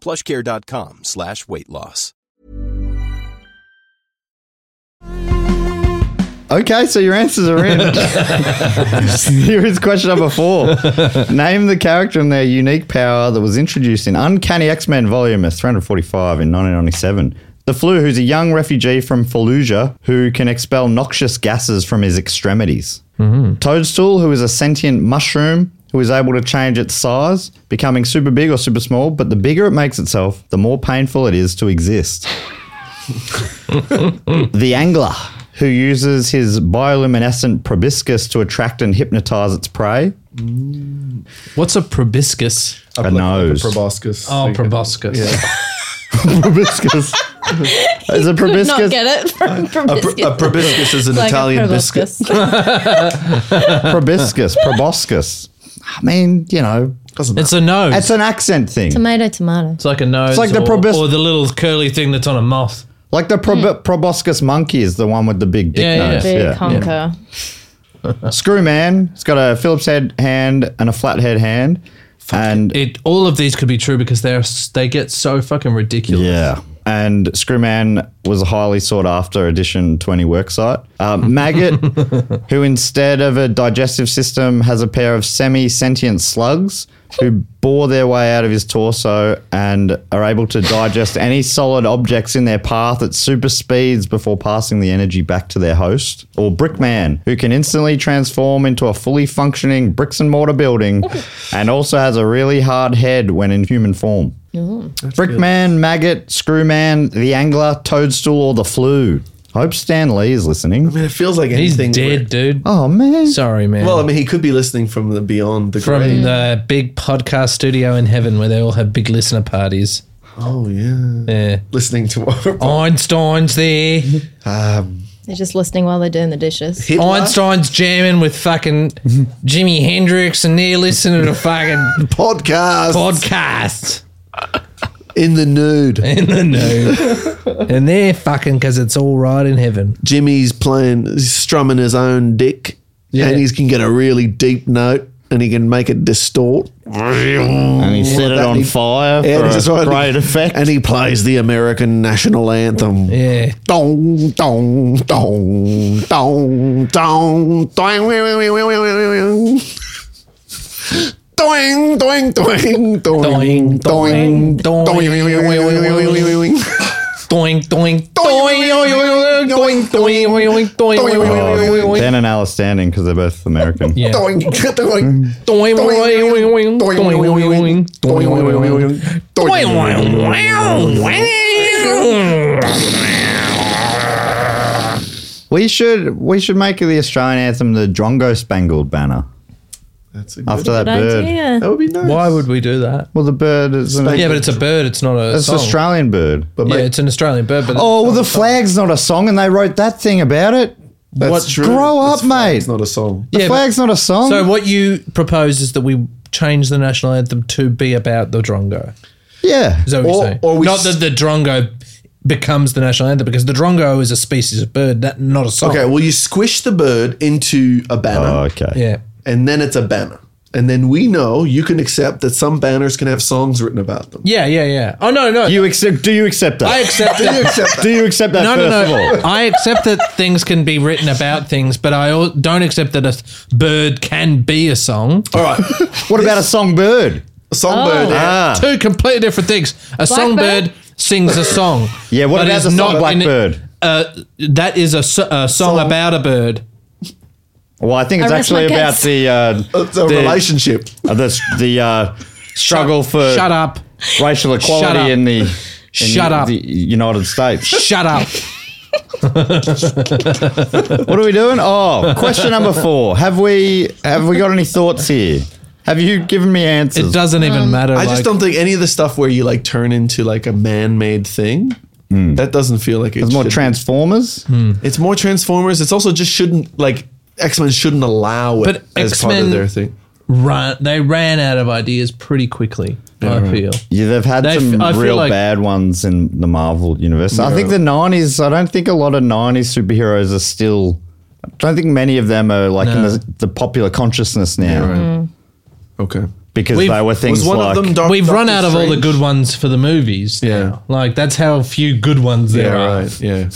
Plushcare.com slash weight loss. Okay, so your answers are in. Here is question number four. Name the character and their unique power that was introduced in Uncanny X Men Volume as 345 in 1997. The Flu, who's a young refugee from Fallujah who can expel noxious gases from his extremities. Toadstool, who is a sentient mushroom who is able to change its size, becoming super big or super small, but the bigger it makes itself, the more painful it is to exist the angler who uses his bioluminescent proboscis to attract and hypnotize its prey. What's a proboscis? A nose. proboscis. Oh, proboscis. proboscis. Is a Could not proboscis get it from A, proboscis. pr- a proboscis is an Like a Italian biscuit. proboscis. proboscis proboscis? I mean, you know, It's a nose. it's an accent thing. tomato, tomato. It's like a nose. like the or, probis- or the little curly thing that's on a moth. Like the prob- proboscis monkey is the one with the big dick Yeah, yeah. nose. Hmm. Big Yeah. honker. Screw man. It's got a Phillips head hand and a flathead hand. and It all of these could be true because they're s- they get so fucking ridiculous. Yeah. And Screwman was a highly sought after addition to any worksite. Uh, Maggot, who instead of a digestive system has a pair of semi sentient slugs who bore their way out of his torso and are able to digest any solid objects in their path at super speeds before passing the energy back to their host. Or Brickman, who can instantly transform into a fully functioning bricks and mortar building and also has a really hard head when in human form. Brickman, Maggot, Screwman, The Angler, Toadstool, or The Flu. Hope Stan Lee is listening. I mean, it feels like He's anything. dead, weird. dude. Oh, man. Sorry, man. Well, I mean, he could be listening from the beyond the From grave. the big podcast studio in heaven where they all have big listener parties. oh yeah, Yeah. listening to what? Einstein's there. They're just listening while they're doing the dishes. Hitler? Einstein's jamming with fucking Jimi Hendrix and they're listening to fucking podcast podcasts in the Eh. nude. in the nude. and they're fucking because it's all right in heaven. Jimmy's playing, he's strumming his own dick, Yeah. and he can get a really deep note, and he can make it distort. And he set it that on he- fire Yeah, for that's a right. great effect. And he plays the American national anthem. Yeah. Dong, dong, dong, dong, dong, doing, wing, wing, wing, wing, wing, wing, wing. Doing, doing, doing, doing, doing, doing, doing, wing, wing, wing, wing, wing, wing, wing, wing. Doink, doink, doink, doink, doink, doink, oh, doing, Dan and Alice standing because they're both American. Yeah. Doing, doing, doing, doing, doing, doing, doing. We should we should make the Australian anthem the Drongo Spangled banner That's a after good- that bird. Good Oh, idea. That would be nice. Why would we do that? Well, the bird is an, Spangled. Yeah, but it's a bird. It's not a it's an song. Australian bird. yeah, it's an Australian bird. But oh, well, the flag's not a song, and they wrote that thing about it. That's What- true. Grow It's up, fine. mate. It's not a song. The Yeah, but- flag's not a song. so what you propose is that we change the national anthem to be about the drongo. yeah. Is that what Or- you're saying? or we not s- that the drongo becomes the national anthem because the drongo is a species of bird, that not a song. Okay, well, you squish the bird into a banner, Oh, okay. Yeah. and then it's a banner. and then we know you can accept that some banners can have songs written about them. Yeah, yeah, yeah. Oh no, no. You accept? Do you accept that? I accept it. do you accept that? No, no, first no. Of all? I accept that things can be written about things, but I al- don't accept that a th- bird can be a song. All right, What about a songbird? Oh. songbird. yeah. Ah, Two completely different things. A songbird sings a song. yeah. What but about is the song not in it- Blackbird? Uh, that is a, so- a song, about a bird. Well, I think it's I rest my actually about case. the uh, Ah. It's a the- relationship. uh, the the uh, struggle for Shut up. racial equality up. in the in Shut the, up. the United States. Shut up. What are we doing? Oh, question number four. Have we have we got any thoughts here? Have you given me answers? It doesn't even matter. I just don't think any of the stuff where you like turn into like a man-made thing. Hmm. That doesn't feel like it It's more should- Transformers. It's more Transformers. It's also just shouldn't like X Men shouldn't allow it But as part of X-Men- their thing. run. They ran out of ideas pretty quickly. I feel. Yeah, they've had They f- some I feel real like- bad ones in the Marvel universe. I think the '90s. I don't think a lot of '90s superheroes are still. I don't think many of them are like in No. the, the popular consciousness now Mm-hmm. Okay. because We've- they were things Was one like of them Dark, We've run out Doctor of all the Strange? good ones for the movies. Yeah. now. Like that's how few good ones there Yeah, are. right. Yeah.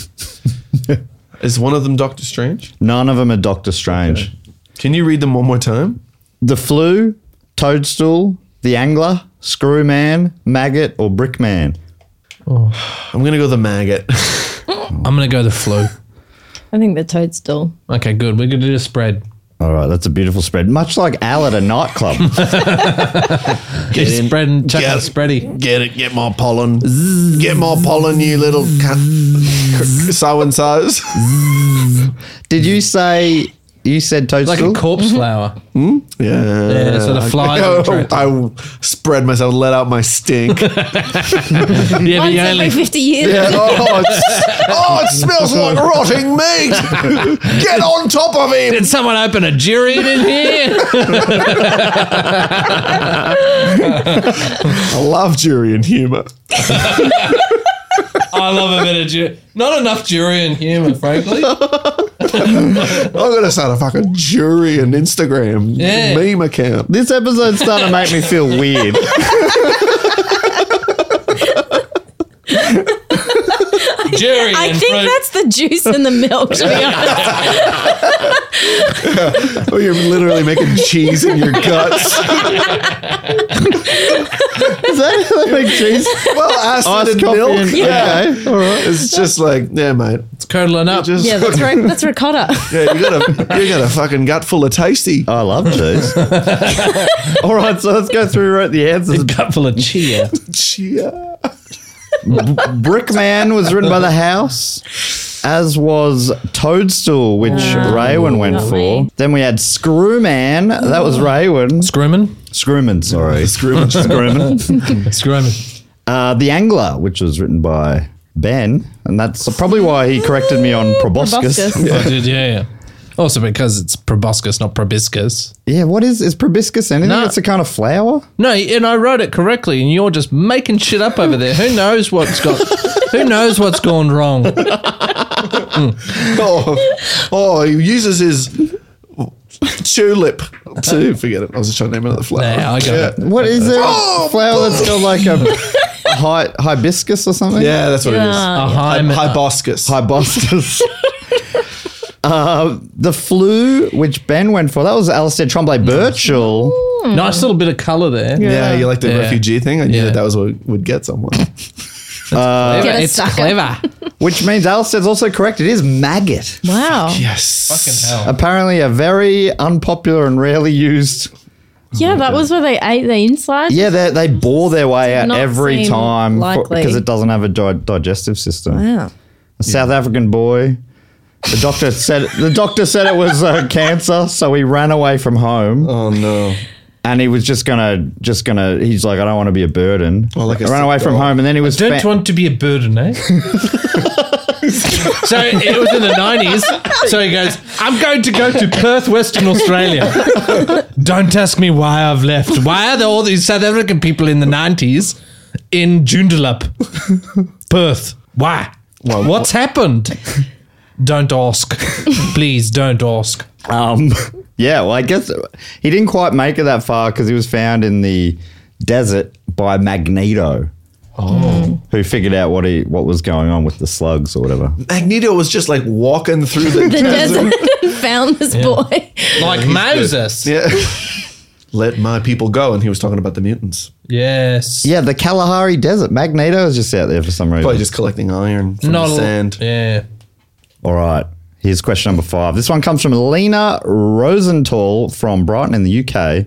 Is one of them Doctor Strange? none of them are Doctor Strange. Can you read them one more time? The flu, toadstool, the angler, screw man, maggot, or brick man. I'm gonna go the maggot. I'm gonna go the flu. I think the toadstool. Okay, good. We're gonna do a spread. All right, that's a beautiful spread. Much like Al at a nightclub. Get spread and chuck out spready. Get it. Get more pollen. Get more pollen, you little so and so's. Did you say you said Like toadstool? a corpse Mm-hmm. flower. Yeah. Yeah, so the flies I, will attract I, spread myself, let out my stink. yeah, Yeah, but Once you every only, 50 years. oh, it's- oh, it smells like rotting meat. Get on top of him. did someone open a jury in here? I love jury and humor. I love a bit of jury. Not enough jury and humor, frankly. I'm going to start a fucking jury and Instagram Yeah. meme account. this episode's starting to make me feel weird. Jury I and think fruit. that's the juice in the milk, to be honest. Oh, you're literally making cheese in your guts. Is that how they make cheese? Well, acid Iced and coffee milk. and- yeah. okay, all right. It's just like, yeah, mate. it's curdling up. Just, Yeah, yeah, that's, ri- that's ricotta. you got a you got a fucking gut full of tasty. Oh, I love cheese. all right, so let's go through right the answers. Cupful of cheer. Yeah. Brickman was written by the House, as was Toadstool, which Raywin went Not for. me. Then we had Screwman, that was Raywin. Screaming. Screwman, sorry. Screwman. Screwman. Screaming. Uh, the Angler, which was written by Ben, and that's probably why he corrected me on proboscis. Proboscis. I did, Oh, yeah, yeah. Also because it's proboscis, not proboscis. Yeah, what is is proboscis anything? No. It's a kind of flower. No, and I wrote it correctly, and you're just making shit up over there. Who knows what's got? who knows what's gone wrong? Oh, oh, he uses his tulip to forget it. I was just trying to name another flower. Nah, I got yeah. it. What is it? A flower that's got like a hi, hibiscus or something? Yeah, that's Uh, what it A Yeah. hymen. is. Hibiscus. Hibiscus. uh, the flu, which Ben went for, that was Alistair Tremblay Birchall. Hmm. nice little bit of colour there. yeah, you like the Yeah. refugee thing? I knew Yeah. that that was what would get someone. Clever. Get a it's sucker. clever. Which means Alistair's also correct. It is maggot. Wow. yes. hell. Apparently, a very unpopular and rarely used. Yeah, that was where they ate the insides. Yeah, they, they bore their way out not every seem time for- likely. because it doesn't have a di- digestive system. Wow. A South African boy. The doctor said the doctor said it was uh, cancer, so he ran away from home. Oh no. and he was just gonna just gonna he's like i don't want to be a burden Well, like I run said, away from dog. home and then he was Don't fa- want to be a burden, eh? so it was in the nineties. So he goes, "I'm going to go to Perth, Western Australia." Don't ask me why I've left. Why are there all these South African people in the nineties in Joondalup, Perth? Why? What's happened? Don't ask. Please don't ask. um Yeah, well, I guess he didn't quite make it that far because he was found in the desert by Magneto. Oh. Who figured out what he what was going on with the slugs or whatever? Magneto was just like walking through the, The desert and found this boy. Like Moses. Yeah. Let my people go. And he was talking about the mutants. Yes. Yeah, the Kalahari Desert. Magneto is just out there for some reason. Probably just collecting iron from Not the a- sand. Yeah. All right. Here's question number five. This one comes from Lena Rosenthal from Brighton in the UK.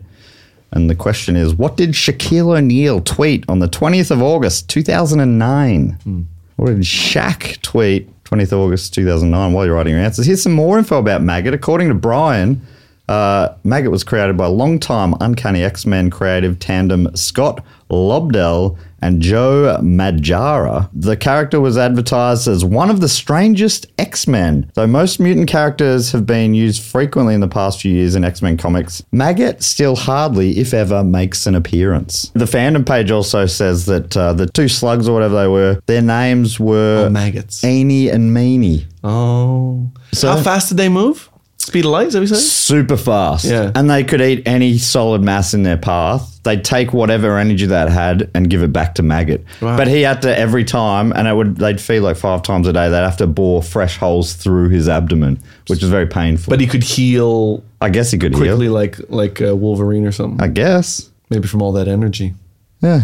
And the question is What did Shaquille O'Neal tweet on the 20th of August, 2009? What did Shaq tweet 20th of August, 2009? While you're writing your answers, here's some more info about Maggot. According to Brian, uh, Maggot was created by longtime Uncanny X Men creative tandem Scott Lobdell and Joe Madjara. The character was advertised as one of the strangest X Men. Though most mutant characters have been used frequently in the past few years in X Men comics, Maggot still hardly, if ever, makes an appearance. The fandom page also says that uh, the two slugs or whatever they were, their names were Oh, maggots. Anie and Meanie. Oh. So- How fast did they move? Speed of light, is that what you said? super fast. Yeah. And they could eat any solid mass in their path. They'd take whatever energy that had and give it back to Maggot. But he had to every time and it would they'd feed like five times a day, they'd have to bore fresh holes through his abdomen, which is very painful. But he could heal I guess he could quickly heal. like like uh, Wolverine or something. I guess. Maybe from all that energy. Yeah.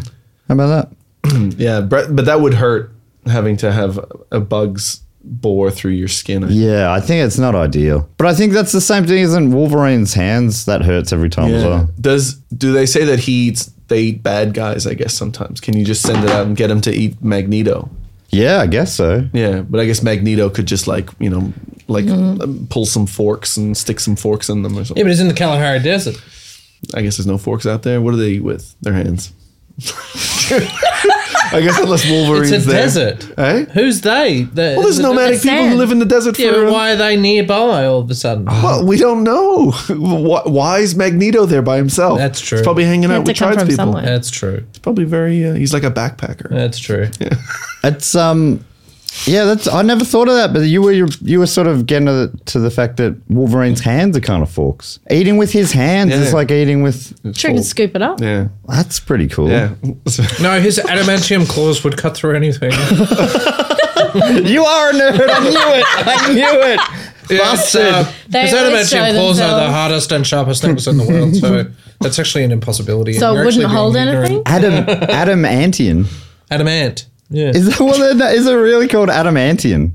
How about that? Yeah, but, but that would hurt having to have a bug's bore through your skin. Yeah, I think it's not ideal. But I think that's the same thing as in Wolverine's hands. That hurts every time as well. Does do they say that he eats they eat bad guys, I guess sometimes. Can you just send it out and get him to eat Magneto? Yeah, I guess so. Yeah, but I guess Magneto could just like, you know, like um, pull some forks and stick some forks in them or something. Yeah, but it's in the Kalahari Desert. I guess there's no forks out there. What do they eat with? Their hands. I guess unless Wolverine's It's a there. desert. Eh? Who's they? The, Well, there's nomadic It's people who sand. live in the desert Yeah, for. but why are they nearby all of a sudden? Well, we don't know. Why, why is Magneto there by himself? That's true. He's probably hanging Had out to with come from tribespeople. somewhere. That's true. He's probably very. Uh, he's like a backpacker. That's true. It's um, yeah. That's I never thought of that, but you were you, you were sort of getting to the, to the fact that Wolverine's hands are kind of forks. Eating with his hands is Yeah. like eating with. Sure, can scoop it up. Yeah. That's pretty cool. Yeah. No, his adamantium claws would cut through anything. You are a nerd. I knew it. I knew it. Yes, uh, They his always show adamantium claws are the themselves. hardest and sharpest things in the world, so that's actually an impossibility. So And it you're wouldn't actually hold being ignorant. anything. Adam Adamantian. Adamant. Yeah. Is that what they're, na- is it really called Adamantian?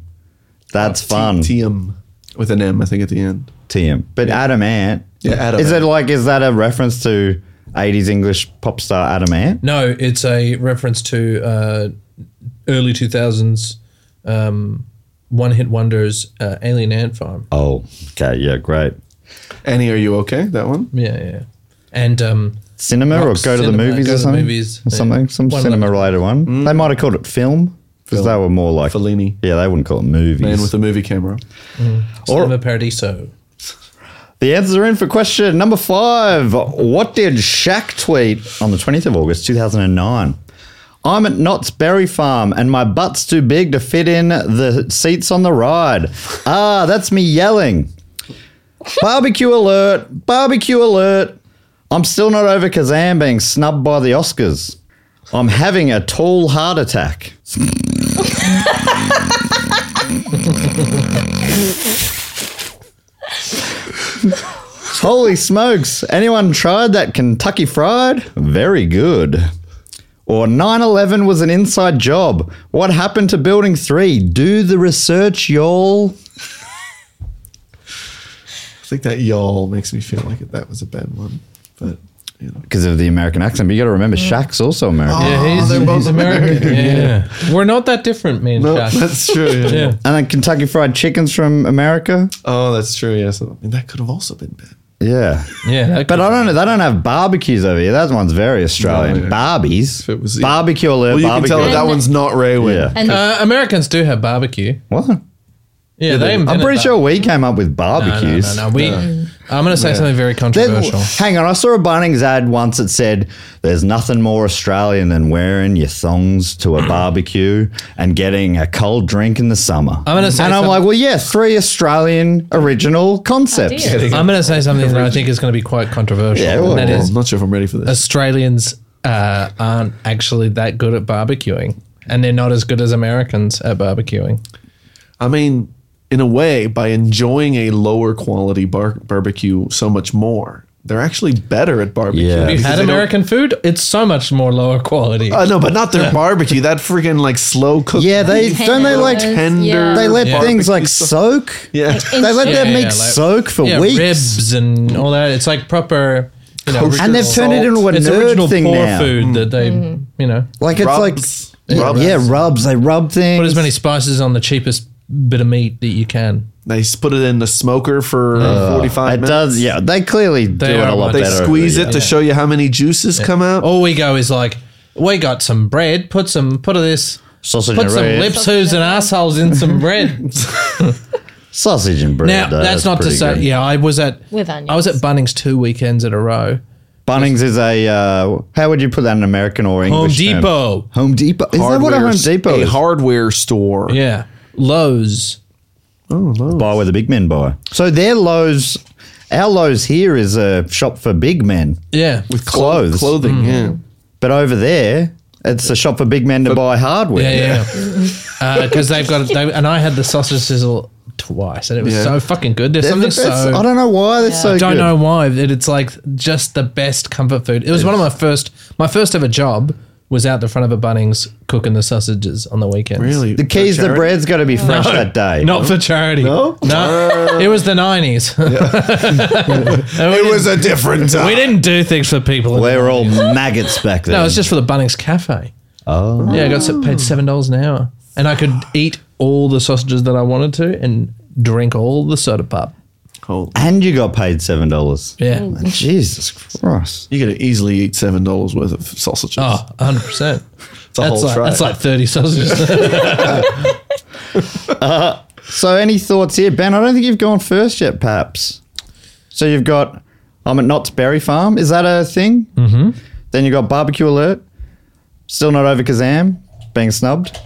That's Uh, fun. TM with an M, I think, at the end. TM. But Adamant. Yeah, Is it Adamant. like is that a reference to 80s English pop star Adamant? no, it's a reference to uh, early 2000s um, one hit wonders uh, Alien Ant Farm. Oh, okay. Yeah, great. Annie, are you okay? That one? Yeah, yeah. And um, cinema or Rock go to the cinema, movies go or to the something? movies, Or yeah. something, some One Mm. of cinema them. related one. They might have called it film because they were more like Fellini. Yeah, they wouldn't call it movies. Man with a movie camera. Cinema Paradiso. the answers are in for question number five. What did Shaq tweet on the 20th of August 2009? I'm at Knott's Berry Farm and my butt's too big to fit in the seats on the ride. Ah, that's me yelling. Barbecue alert! Barbecue alert! I'm still not over Kazan being snubbed by the Oscars. I'm having a tall heart attack. Holy smokes! Anyone tried that Kentucky Fried? Very good. Or 9 11 was an inside job. What happened to Building 3? Do the research, y'all. I think that y'all makes me feel like that was a bad one. But, you know. Because of the American accent, but you got to remember Shaq's also American. Yeah, he's, he's American. Yeah. We're not that different, man. No, Josh. that's true. Yeah. Yeah. And then Kentucky Fried Chicken's from America. Oh, that's true. Yeah. So, I mean, that could have also been bad. Yeah. Yeah, that But could- I don't know. They don't have barbecues over here. That one's very Australian. No, yeah. Barbies. If it was- barbecue alert. Well, you can barbecue tell that, alert. that one's not railway. Yeah. And Uh, Americans do have barbecue. What? Yeah, they. I'm pretty sure we came up with No, no, barbecues. no, no. We I'm going to say something very There- controversial. hang on, I saw a Bunnings ad once that said, "There's nothing more Australian than wearing your thongs to a barbecue and getting a cold drink in the summer." I'm gonna say and I'm some- like, "Well, yeah, three Australian original concepts." Ideas. I'm going to say something that I think is going to be quite controversial. Yeah, well, and that well, is Oh, I'm not sure if I'm ready for this. Australians uh, aren't actually that good at barbecuing, and they're not as good as Americans at barbecuing. I mean, in a way, by enjoying a lower quality bar- barbecue so much more, they're actually better at barbecue. Yeah. Have you You've because had they don't- American food; it's so much more lower quality. Uh, no, but not their barbecue. That freaking like slow cook. Yeah, they don't they like tender- Yeah. they let Yeah. things like soak. yeah. They let Yeah, their meat yeah, like- soak for yeah, weeks. ribs and all that. It's like proper. You know, Kosher original- And they've turned it into a it's nerd original thing poor now. food that they, you know, Like it's Rubs. like Rubs. yeah, rubs. They rub things. put as many spices on the cheapest bit of meat that you can. They s- put it in the smoker for It 45 minutes. Uh, does. Yeah, they clearly do it are a lot much- They better. Oh, over squeeze the it to show you how many juices come out. All we go is like, we got some bread. Put some, put this, Sausage put and some bread. lips, hooves, and assholes in some bread. sausage and bread. now though, that's not to pretty say, good. yeah, I was at, With I was at Bunnings two weekends in a row. Bunnings is a uh, how would you put that in American or Home English? term? Depot. Home Depot. Is that what a Home s- Depot a is? hardware store. Yeah, Lowe's. buy where the big men buy. So their Lowe's, our Lowe's here is a shop for big men Yeah, with clothes, Clothing, Mm. but over there it's a shop for big men to buy hardware. Yeah, yeah. Because they've got, they, and I had the sausage sizzle twice, and it was Yeah. so fucking good. There's They're the something best. so I don't know why they're so I don't good. know why. It, it's like just the best comfort food. It was one of my first, my first ever job was out the front of a Bunnings cooking the sausages on the weekends. yeah. Really. The key is the bread's got to be fresh that day. Not for charity. No, no. it was the nineties. It was a different time. we didn't do things for people. They were all maggots back then. no, it was just for the Bunnings cafe. Oh, yeah. I got s- paid seven dollars an hour, and I could eat all the sausages that I wanted to, and drink all the soda pop. Oh, and you got paid seven dollars. Oh, Yeah. Jesus Christ. you could easily eat seven dollars worth of sausages. Oh, 100 percent. a that's whole like, tray. That's like thirty sausages. So, any thoughts here, Ben? I don't think you've gone first yet, perhaps. So, you've got I'm at Knott's Berry Farm. Is that a thing? Mm-hmm. Then you've got Barbecue Alert. Still not over Kazam, being snubbed.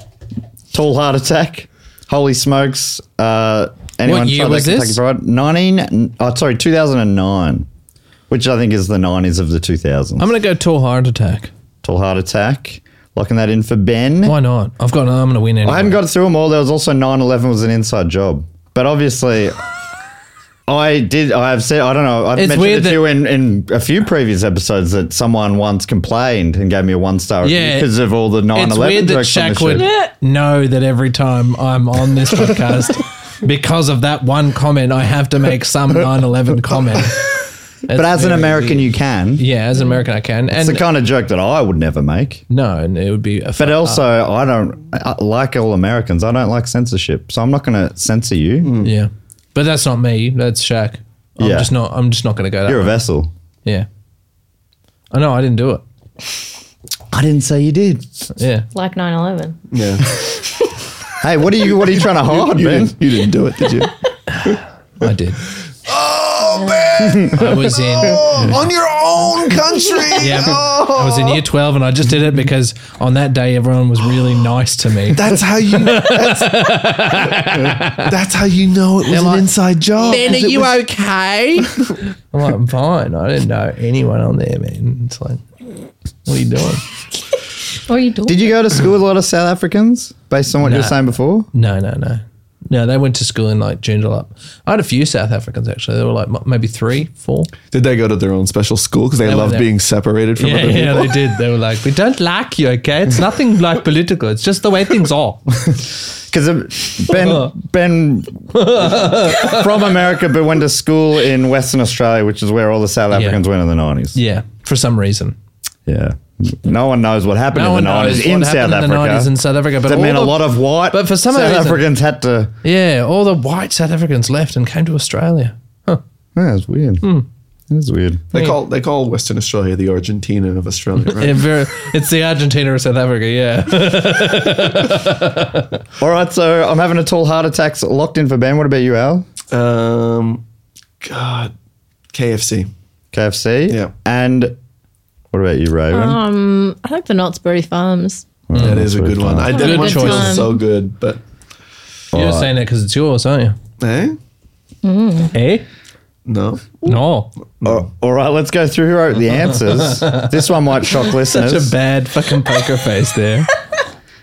Tall Heart Attack. Holy smokes. Uh, anyone What year tried was that this? Kentucky Fried? 19, oh, sorry, 2009, which I think is the 90s of the 2000s. I'm gonna go tall heart attack. Tall Heart Attack. Locking that in for Ben. Why not? I've got. I'm gonna win anyway. I hadn't got through them all. There was also 9-11 was an inside job. But obviously... I did. I have said. I don't know. I've It's mentioned weird it to that- you in, in a few previous episodes that someone once complained and gave me a one star Yeah. because of all the 9 It's 11 weird that jokes. on the Shaq show. would know that every time I'm on this podcast because of that one comment, I have to make some 9/11 comment. But as an American, you can. yeah, as an American, I can. It's And the kind of joke that I would never make. no, and it would be. A But also, I don't I- like all Americans. I don't like censorship, so I'm not going to censor you. yeah, but that's not me. That's Shaq. I'm Yeah. just not. I'm just not gonna go that. You're a way. vessel. yeah. I know. I didn't do it. I didn't say you did. Yeah. like 9/11. Yeah. Hey, what are you? What are you trying to hide, you, man? didn't, you didn't do it, did you? I did. Oh man! I was in On your own country. yeah, I was in year twelve, and I just did it because on that day everyone was really nice to me. That's how you. That's, that's how you know it was an inside job. are you okay? I'm like, I'm fine. I didn't know anyone on there, man. It's like, what are you doing? What are you doing? Did you go to school with a lot of South Africans based on what you were Nah. saying before? No, no, no, no. They went to school in like Joondalup. I had a few South Africans actually. There were like m- maybe three, four. Did they go to their own special school because they, were love there. being separated from Yeah, other yeah, people? they did. They were like, we don't like you, okay? It's nothing like political. It's just the way things are. Because Ben, Ben from America, but went to school in Western Australia, which is where all the South Africans went in the 90s. Yeah, for some reason. Yeah. No one knows what happened No in one the knows 90s in what South happened in the Africa. 90s in South Africa, but that all meant a the- lot of white but for some South reason- Africans had to. Yeah, all the white South Africans left and came to Australia. Yeah, it's weird. Hmm. It's weird. They call they call Western Australia the Argentina of Australia, right? Yeah, very, it's the Argentina of South Africa, yeah. All right, so I'm having a tall heart attack so locked in for Ben. What about you, Al? Um, God, KFC. KFC. Yeah. And what about you, Raven? Um, I like the Knott's Berry Farms. that is a good one. I Good that one choice. feels so good, but You're just saying that because it's yours, aren't eh? you? Eh? No. No. Oh, all right, let's go through who wrote the answers. this one might shock Such a listeners. bad fucking poker face there.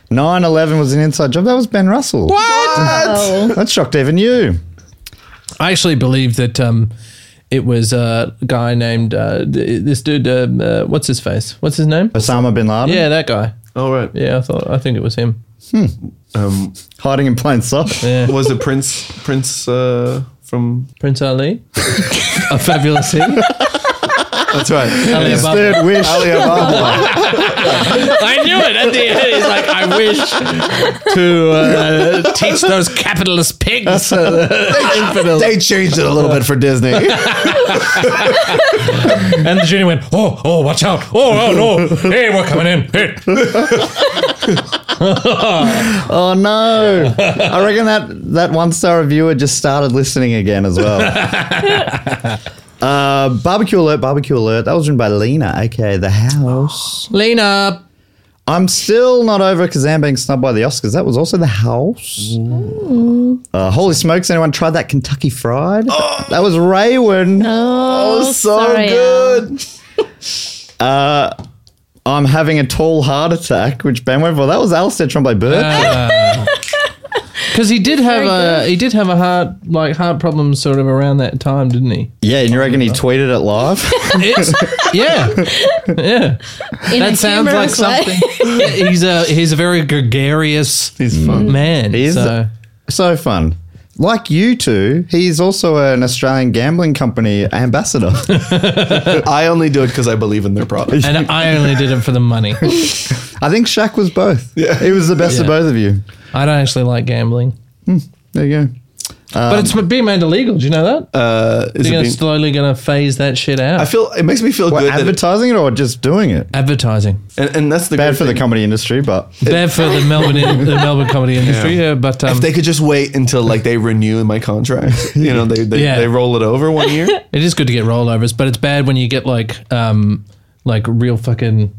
9 11 was an inside job. That was Ben Russell. Oh, That shocked even you. I actually believe that um, it was uh, a guy named uh, th- this dude. um uh, what's his face? What's his name? Osama bin Laden. Yeah, that guy. All right. Yeah, I thought. I think it was him. Um, Hiding in plain sight. Yeah, was it Prince Prince uh, from? Prince Ali. a fabulous he. That's right. Ali Ababa. Third wish. I knew it at the end. He's like, I wish to uh, teach those capitalist pigs. They changed it a little bit for Disney. And the junior went, oh, oh, watch out. Oh, oh, no. Hey, we're coming in. Hey. Oh no! I reckon that that one star reviewer just started listening again as well. uh, barbecue alert! Barbecue alert! That was written by Lena, aka the House. Lean up. I'm still not over Kazan being snubbed by the Oscars. That was also the House. Uh, holy smokes! Anyone tried that Kentucky Fried? That was Raywin. oh, so sorry, good. I'm having a tall heart attack, which Ben went for. That was Alistair Trump by Bird. Because he did have a he did have a heart like heart problem sort of around that time, didn't he? yeah, and you reckon he tweeted it live? It's, yeah, yeah. Al. In a That sounds like humorous way. something. he's a he's a very gregarious He's fun. man. He is. so- so fun. Like you two, he's also an Australian gambling company ambassador. I only do it because I believe in their product. and I only did it for the money. I think Shaq was both. Yeah. He was the best of Yeah. both of you. I don't actually like gambling, There you go. Um, but it's being made illegal. Do you know that? Uh, is it They're gonna, being- slowly going to phase that shit out. I feel it makes me feel What, good. That it, advertising it or just doing it? Advertising and, and that's the Bad good for the thing. comedy industry, but bad for the Melbourne the Melbourne comedy industry. Yeah, but um, If they could just wait until like they renew my contract, you know, they they, Yeah. they roll it over one year. It is good to get rollovers, but it's bad when you get like um like real fucking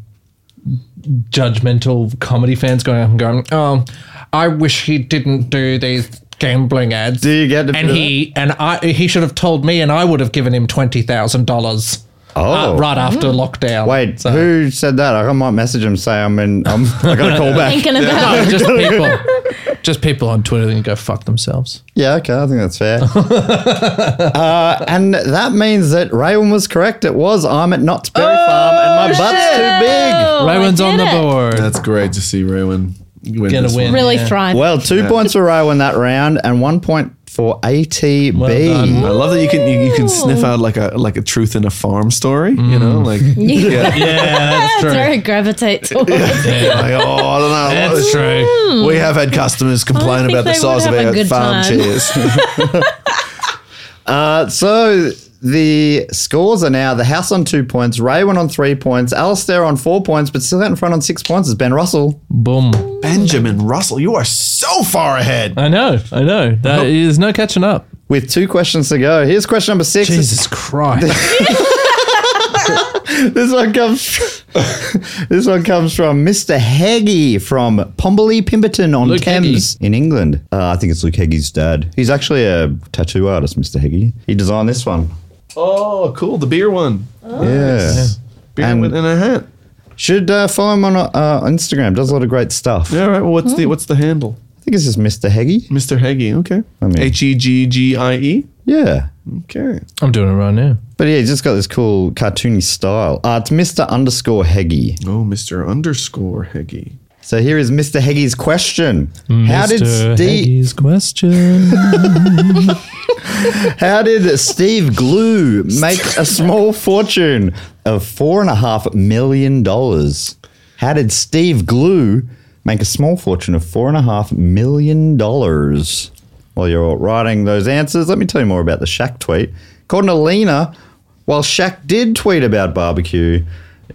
judgmental comedy fans going up and going, Oh, I wish he didn't do these gambling ads. do you get a bit and of he and I he should have told me and I would have given him twenty thousand dollars uh, that? Oh. right after Hmm. lockdown. Wait, who said that? I might message him say I'm in. I'm, I got a call back. Thinking about No, just people just people on Twitter that go fuck themselves. Yeah, okay, I think that's fair. uh, and that means that Raywin was correct. It was I'm at Knott's Berry Oh, Farm, and my butt's too big. Oh, I Rowan's on get the it. board. That's great to see Raywin win. Get a this win. one. Really Yeah. thriving. Well, two points for Row in that round and one point for ATB. done. I love that you can you, you can sniff out like a like a truth in a farm story, you Mm. know, like yeah, Yeah, that's That's where true. it gravitates towards. like oh I don't know. That's true. We have had customers Hmm. I complain think about the they would size of have a our good farm time. chairs. Uh, so the scores are now the House on two points, Raywin on three points, Alistair on four points, but still out in front on six points is Ben Russell. Boom. Benjamin Russell, you are so far ahead. I know, I know. That, There's no catching up. With two questions to go. Here's question number six. Jesus Christ. This one comes This one comes from Mr. Heggie from Pomberley Pemberton on Luke Thames in England. Uh, I think it's Luke Heggie's dad. He's actually a tattoo artist, Mr. Heggie. He designed this one. Oh, cool, the beer one, Yeah. beer And- one in a hat. Should uh, follow him on uh, Instagram. Does a lot of great stuff. Yeah, all right. Well, what's Hmm. the what's the handle, I think it's just Mr. Heggie. Mister Heggie? Okay, mean- H E G G I E. Yeah. Okay, I'm doing it right now. But yeah, he's just got this cool cartoony style. Uh, it's Mr. underscore Heggie. oh, Mister underscore Heggie. So here is Mr. Heggie's question. How did Mr. Steve Heggie's question? how did Steve Glue make a small fortune of four and a half million dollars? How did Steve Glue make a small fortune of four and a half million dollars? While you're writing those answers, let me tell you more about the Shaq tweet. According to Lena, while Shaq did tweet about barbecue,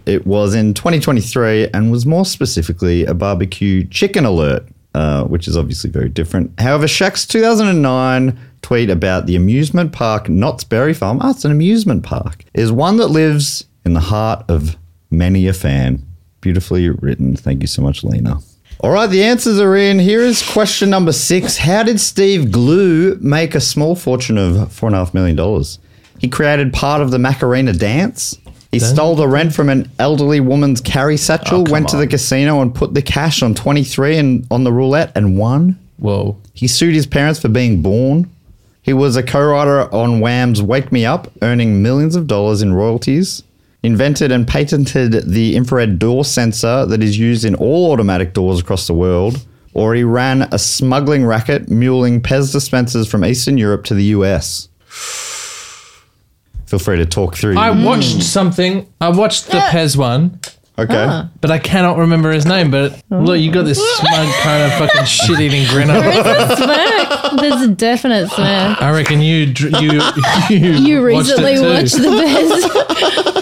it was in 2023 and was more specifically a barbecue chicken alert. uh, which is obviously very different. However, Shaq's 2009 tweet about the amusement park Knott's Berry Farm, ah, it's an amusement park, is one that lives in the heart of many a fan. Beautifully written. Thank you so much, Lena. All right, the answers are in. Here is question number six How did Steve Glue make a small fortune of $4.5 million? He created part of the Macarena dance. He stole the rent from an elderly woman's carry satchel, went to the casino and put the cash on 23 and on the roulette and won. Whoa. He sued his parents for being born. He was a co-writer on Wham's Wake Me Up, earning millions of dollars in royalties. Invented and patented the infrared door sensor that is used in all automatic doors across the world. Or he ran a smuggling racket, muling Pez dispensers from Eastern Europe to the US. Feel free to talk through. I watched something. I watched the Pez one, okay. but I cannot remember his name. But look, you got this Oh. smug kind of fucking shit-eating grin on. There's a definite smack. I reckon you dr- you you, You watched it recently too. watched, the Uh-huh.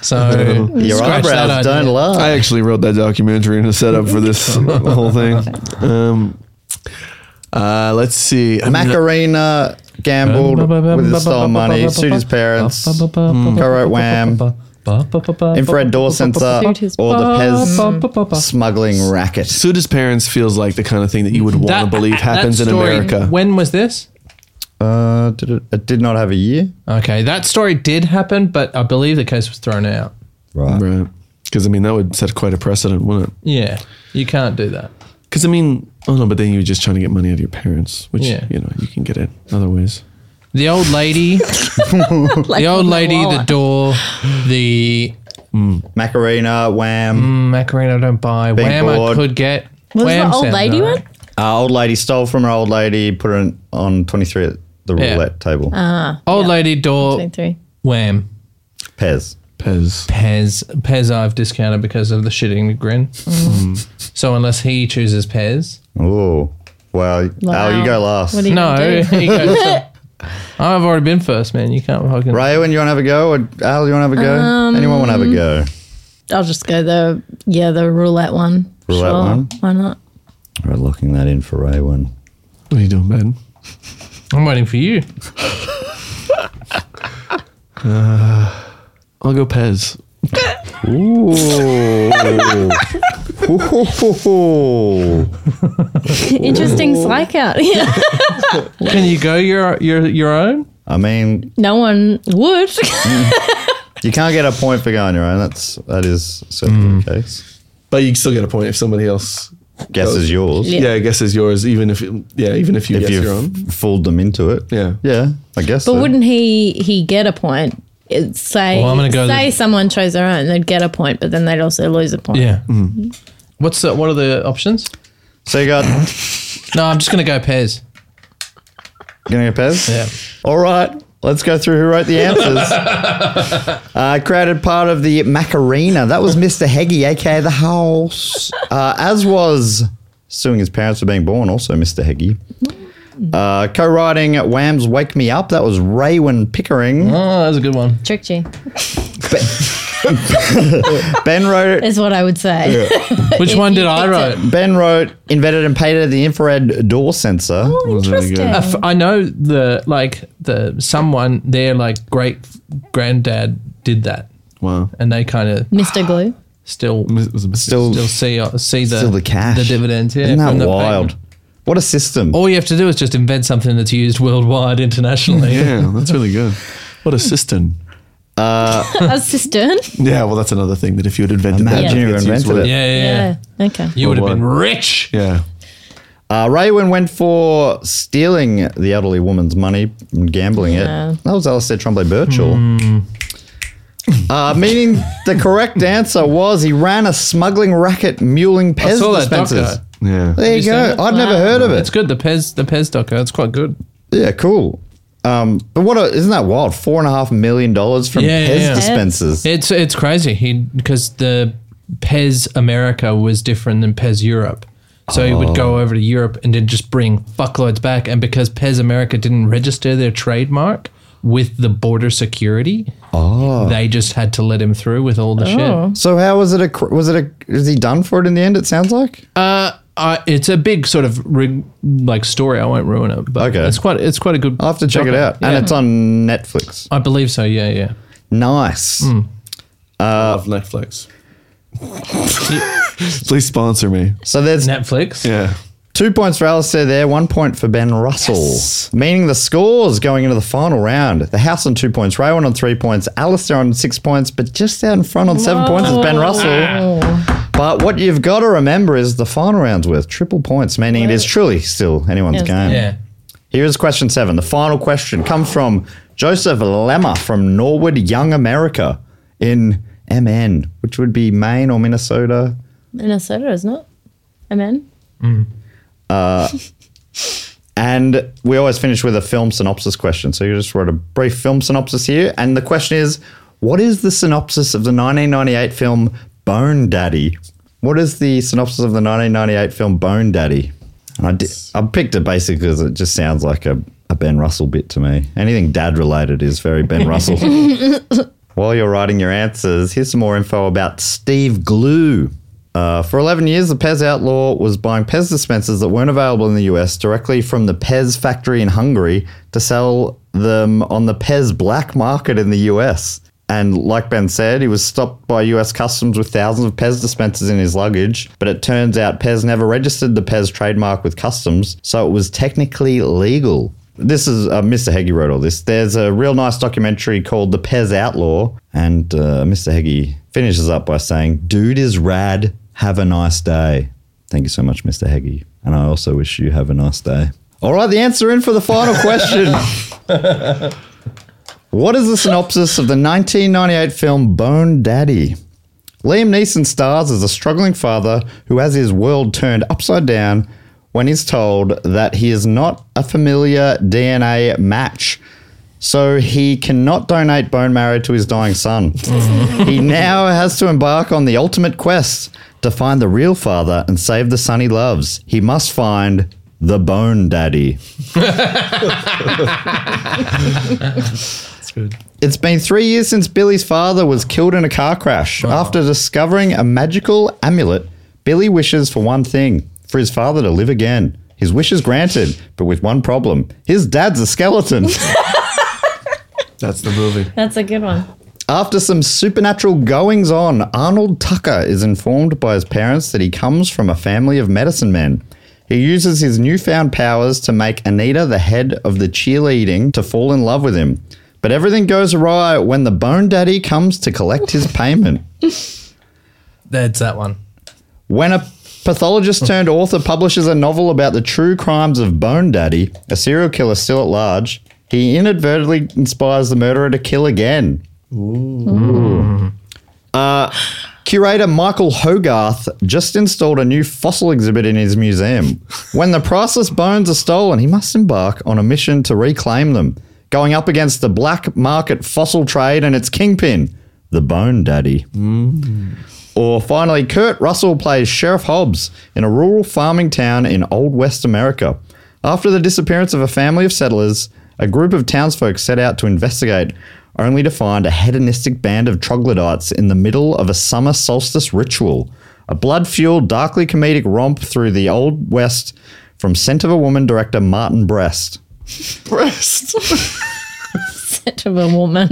So Your scratch that eyebrows idea. don't lie. I actually wrote that documentary in a setup for this whole thing. Um, uh, let's see. I mean, uh, Macarena gambled with his stolen money, sued his parents, Mm. co-wrote Wham, infrared door sensor, or Sued his the Pez smuggling racket. sued his parents feels like the kind of thing that you would want to That- believe that happens in story- America. When was this? Uh, did it, it did not have a year. Okay, that story did happen, but I believe the case was thrown out. Right. Right. Because I mean, that would set quite a precedent, wouldn't it? Yeah, you can't do that. Because I mean, oh no, but then you're just trying to get money out of your parents, which Yeah. you know you can get it other ways. The old lady, Bez. Like the old with lady, the wallet. door, the Macarena, Wham. Mm. Macarena don't buy. Being Wham, I bored. could get. Was Wham the old sound lady alright. one? Uh, old lady stole from her old lady, put it on 23 at the Yeah. roulette table. Uh. Old lady door. 23. Wham. Pez. Pez. Pez. Pez I've discounted because of the shitting grin. Mm. so unless he chooses Pez. Ooh. Well, Al, you go last. What do you No, do? he goes to- I've already been first, man. You can't fucking. Rayo, you want to have a go? Or Al, you want to have a go? Um, Anyone want to have a go? I'll just go the, yeah, the roulette one. Roulette Sure, one? Why not? All right, locking that in for Rayo. What are you doing, Ben? I'm waiting for you. I'll go Pez. Ooh. Interesting psych out. Yeah. Can you go your your your own? I mean, no one would. you can't get a point for going your own. That's that is certainly the case. But you still get a point if somebody else. Guess is yours. Yeah. Yeah, I guess is yours. Even if yeah, even if you If guess you've your own. fooled them into it. Yeah. Yeah. I guess. But so. wouldn't he he get a point? It, say Well, I'm gonna go say the- someone chose their own, they'd get a point, but then they'd also lose a point. Yeah. Mm. What's the, what are the options? So you got No, I'm just gonna go Pez. getting a Pez? Yeah. All right. Let's go through who wrote the answers. uh, created part of the Macarena. That was Mr. Heggie, aka the house. Uh, as was suing his parents for being born, also Mr. Heggie. Uh, co-writing Wham's Wake Me Up. That was Raywin Pickering. Oh, that's a good one. Tricked you, Ben wrote is what I would say. Which one did I picked write? Ben wrote, invented and patented the infrared door sensor. Oh. Interesting. I f- I know the like the someone their like great granddad did that, Wow. and they kind of Mr. Glue. still It was a bit- Still, still see uh, see the Mm. still the cash. the dividends. Yeah, Isn't that from the Oh. wild? patent. What a system. All you have to do is just invent something that's used worldwide internationally. Yeah, that's really good. What a system. A cistern. Yeah, well, that's another thing that if you had invented that, Imagine it you gets used invented with- it. yeah, yeah. yeah. Yeah. Okay. You would have been Worldwide. rich. Yeah. Uh, Raywin went for stealing the elderly woman's money and gambling Yeah. it. That was Alistair Tremblay Birchall. Hmm. Uh, meaning the correct answer was he ran a smuggling racket muling Pez saw that dispensers. doco. Yeah. There you you go. seen it? I'd never heard of it. It's good. The Pez the Pez doco. It's quite good. Yeah, cool. Um, but what a, isn't that wild? Four and a half million dollars from Yeah, yeah, Pez yeah. dispensers. It's it's crazy. He because the Pez America was different than Pez Europe. So he would Oh. go over to Europe and then just bring fuckloads back. And because Pez America didn't register their trademark with the border security, Ah. oh. they just had to let him through with all the shit. So how was it? A, cr- was it? A, is he done for it in the end? It sounds like. Uh, Uh, it's a big sort of rig, like story. I won't ruin it, but Okay. it's quite it's quite a good. I'll have to check it out. Yeah. And it's on Netflix. I believe so. Yeah, yeah. Nice. Hmm. Love Netflix. Please sponsor me. So there's Netflix. Yeah. two points for Alistair there, one point for Ben Russell. Meaning the scores going into the final round. The house on two points, Raywon on three points, Alistair on six points, but just out in front on Oh. seven points is Ben Ah. Russell. But what you've got to remember is the final round's worth triple points, meaning it is truly still anyone's Yes. game. Yeah. Here is question seven. The final question comes from Joseph Lemmer from Norwood Young America in MN, which would be Maine or Minnesota. Minnesota, isn't it? Amen. And we always finish with a film synopsis question. So you just wrote a brief film synopsis here. And the question is what is the synopsis of the 1998 film Bone Daddy? What is the synopsis of the 1998 film Bone Daddy? And I, di- I picked it basically because it just sounds like a, a Ben Russell bit to me. Anything dad related is very Ben Russell. While you're writing your answers, here's some more info about Steve Glue. Uh, for 11 years, the Pez outlaw was buying Pez dispensers that weren't available in the US directly from the Pez factory in Hungary to sell them on the Pez black market in the US. And like Ben said, he was stopped by US customs with thousands of Pez dispensers in his luggage. But it turns out Pez never registered the Pez trademark with customs, so it was technically legal. This is uh, Mr. Heggie wrote all this. There's a real nice documentary called The Pez Outlaw, and uh, Mr. Heggie finishes up by saying, "Dude is rad. Have a nice day." Thank you so much, Mr. Heggie, and I also wish you have a nice day. All right, the answer in for the final question. What is the synopsis of the 1998 film Bone Daddy? Liam Neeson stars as a struggling father who has his world turned upside down when he's told that he is not a familiar DNA match. So he cannot donate bone marrow to his dying son. he now has to embark on the ultimate quest to find the real father and save the son he loves. He must find the bone daddy. That's good. It's been three years since Billy's father was killed in a car crash. After discovering a magical amulet, Billy wishes for one thing for his father to live again. His wish is granted, but with one problem his dad's a skeleton. That's the movie. That's a good one. After some supernatural goings on, Arnold Tucker is informed by his parents that he comes from a family of medicine men. He uses his newfound powers to make Anita, the head of the cheerleading, to fall in love with him. But everything goes awry when the bone daddy comes to collect his payment. That's that one. When a pathologist turned author publishes a novel about the true crimes of Bone Daddy, a serial killer still at large, he inadvertently inspires the murderer to kill again. Uh, curator Michael Hogarth just installed a new fossil exhibit in his museum. When the priceless bones are stolen, he must embark on a mission to reclaim them, going up against the black market fossil trade and its kingpin, the Bone Daddy. Or finally, Kurt Russell plays Sheriff Hobbs in a rural farming town in Old West America. After the disappearance of a family of settlers, a group of townsfolk set out to investigate, only to find a hedonistic band of troglodytes in the middle of a summer solstice ritual. A blood fueled, darkly comedic romp through the Old West from Scent of a Woman director Martin Brest. Breast. Scent of a woman.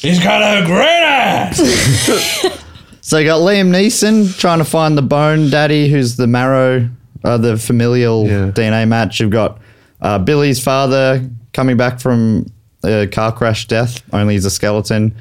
He's got a great ass. So you got Liam Neeson trying to find the bone daddy, who's the marrow, uh, the familial Yeah. DNA match. You've got uh, Billy's father coming back from a car crash death, only he's a skeleton.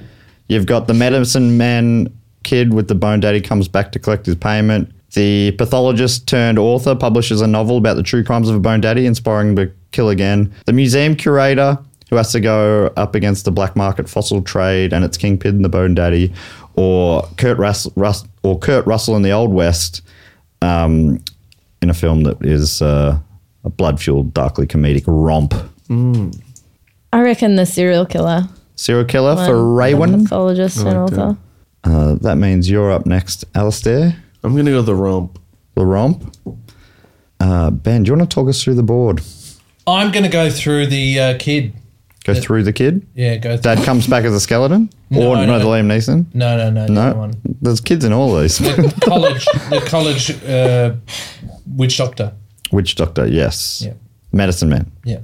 You've got the medicine man kid with the bone daddy comes back to collect his payment. The pathologist turned author publishes a novel about the true crimes of a bone daddy, inspiring the kill again. The museum curator who has to go up against the black market fossil trade and its kingpin, the Bone Daddy, or Kurt Russell, Rus- or Kurt Russell in the Old West, um, in a film that is uh, a blood-fueled, darkly comedic romp. I reckon the serial killer. Serial killer for One, Raywin. Pathologist and author. Uh, that means you're up next, Alistair. I'm gonna go the romp. The romp. Uh, ben, do you want to talk us through the board? I'm gonna go through the uh, kid. Go through the kid. Yeah, go. Through. Dad comes back as a skeleton. No, or no, no. the Liam Neeson. No, no, no, no. No, One. there's kids in all these. The college, the college uh, witch doctor. Witch Doctor, yes. Yeah. Medicine Man Yeah.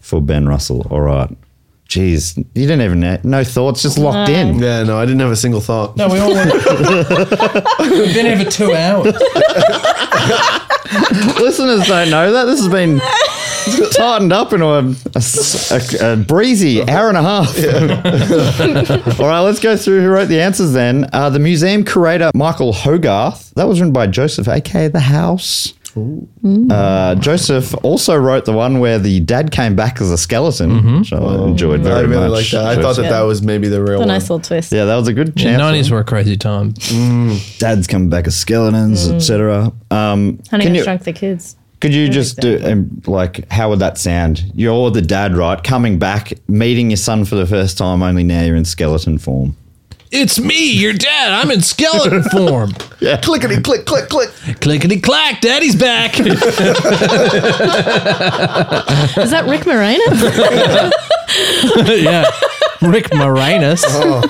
for Ben Russell. All right. Jeez, you didn't even know. No thoughts, just locked in. Yeah, no, I didn't have a single thought. No, we all want. We've been here for two hours. Listeners don't know that. This has been tightened up into a, a s- a- a breezy hour and a half. All right, let's go through who wrote the answers then. Uh, the museum curator, Michael Hogarth. That was written by Joseph, aka The House. Uh, Joseph also wrote the one where the dad came back as a skeleton, which I enjoyed very Mm-hmm. much. Oh, I really liked that. I thought that Joseph. that was maybe the real a one. nice little twist. Yeah, that was a good chance. Nineties were a crazy time. Dad's coming back as skeletons, Mm. etc. Um, Honey, can I you shrunk the kids. could you just do um, like how would that sound? You're the dad, right? Coming back, meeting your son for the first time. Only now you're in skeleton form. It's me, your dad. I'm in skeleton form. Yeah, clickety click, click, click. Clickety clack, daddy's back. Is that Rick Moranis? yeah. Rick Moranis. Oh.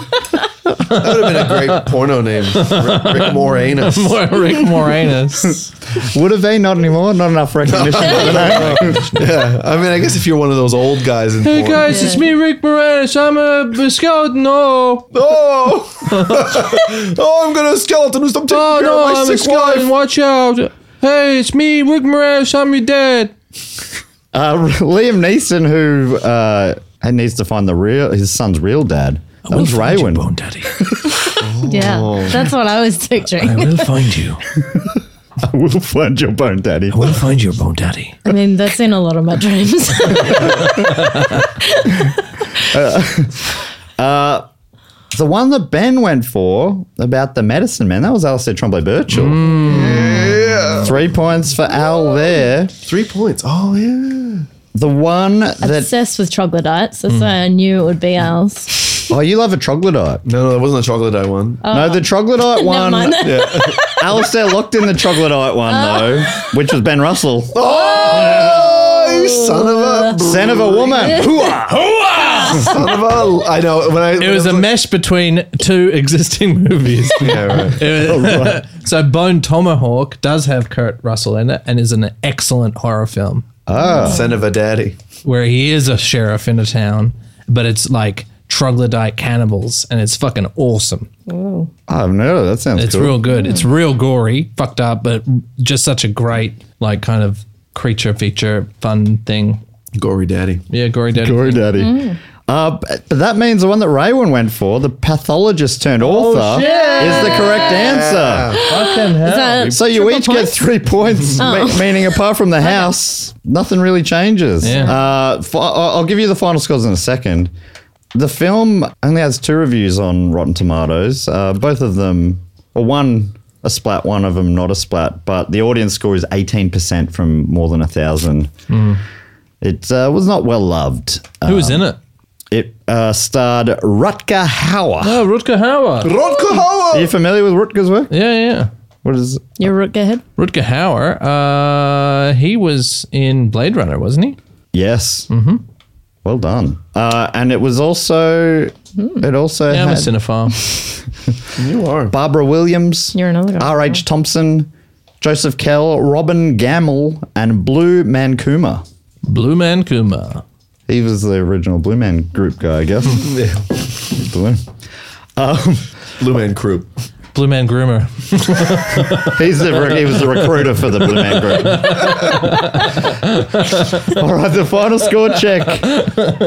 That would have been a great porno name. Rick, Rick Moranis. Rick Moranis. Would have they not anymore? Not enough recognition. Uh, I don't know. yeah. I mean, I guess if you're one of those old guys in Hey porn. guys, it's me, Rick Moranis. I'm a, skeleton. No. Oh, oh, I'm gonna skeleton. Stop taking Oh, care no, of my I'm a sick wife. skeleton. Watch out. Hey, it's me, Rick Moranis. I'm your dad. uh, Liam Neeson, who uh, needs to find the real his son's real dad. That was Raywin. daddy. yeah, that's what I was picturing. will find you. I will find your bone, daddy. will find your bone daddy. I mean, that's in a lot of my dreams. The one that Ben went for about the medicine man, that was Alistair Tremblay Birchall. Three points for Al there. Three points. Oh yeah. The one that Hmm. Obsessed with troglodytes. That's why I knew it would be ours. Oh, you love a troglodyte. No, no, that wasn't a chocolate I won. Oh. no, the troglodyte Never one. mind. Alistair locked in the troglodyte one though, which was Ben Russell. Oh, you son of a Son of a woman. son of a. I know when I. It was a mesh between two existing movies. yeah, right. It was- so Bone Tomahawk does have Kurt Russell in it and is an excellent horror film. Son of a daddy. where he is a sheriff in a town, but it's like troglodyte cannibals, and it's fucking awesome. I've never that sounds It's cool. real good. It's real gory, fucked up, but just such a great like kind of creature feature fun thing. Gory daddy. Yeah, gory dead. Gory daddy. Uh, but, but that means the one that Raywin went for, the pathologist turned author, is the correct answer. Fucking hell. That- So you triple each points? get three points, me- meaning apart from the house, nothing really changes. Yeah. Uh, fi- I- I'll give you the final scores in a second. The film only has two reviews on Rotten Tomatoes. Uh, both of them, well, one a splat, one of them not a splat, but the audience score is 18% from more than a thousand. It uh, was not well loved. Uh, Who was in it? it uh, starred Rutger Hauer. Oh, Rutger Hauer. Rodko Are you familiar with Rutger's work? Yeah, yeah. What is Your root, go ahead. Rutger Hauer. Uh, he was in Blade Runner, wasn't he? Yes. Mm-hmm. Well done. Uh, and it was also Hmm. it also Yeah, I'm a had cinephile. You are. Barbara Williams, You're another guy. R. H. Thompson, Joseph Kell, Robin Gamble, and Blue Man Kuma. Blue Man Kuma. He was the original Blue Man Group guy, I guess. Yeah. Blue. Blue Man Croup. Blue Man Groomer. He's the re- he was the recruiter for the Blue Man Group. All right, the final score check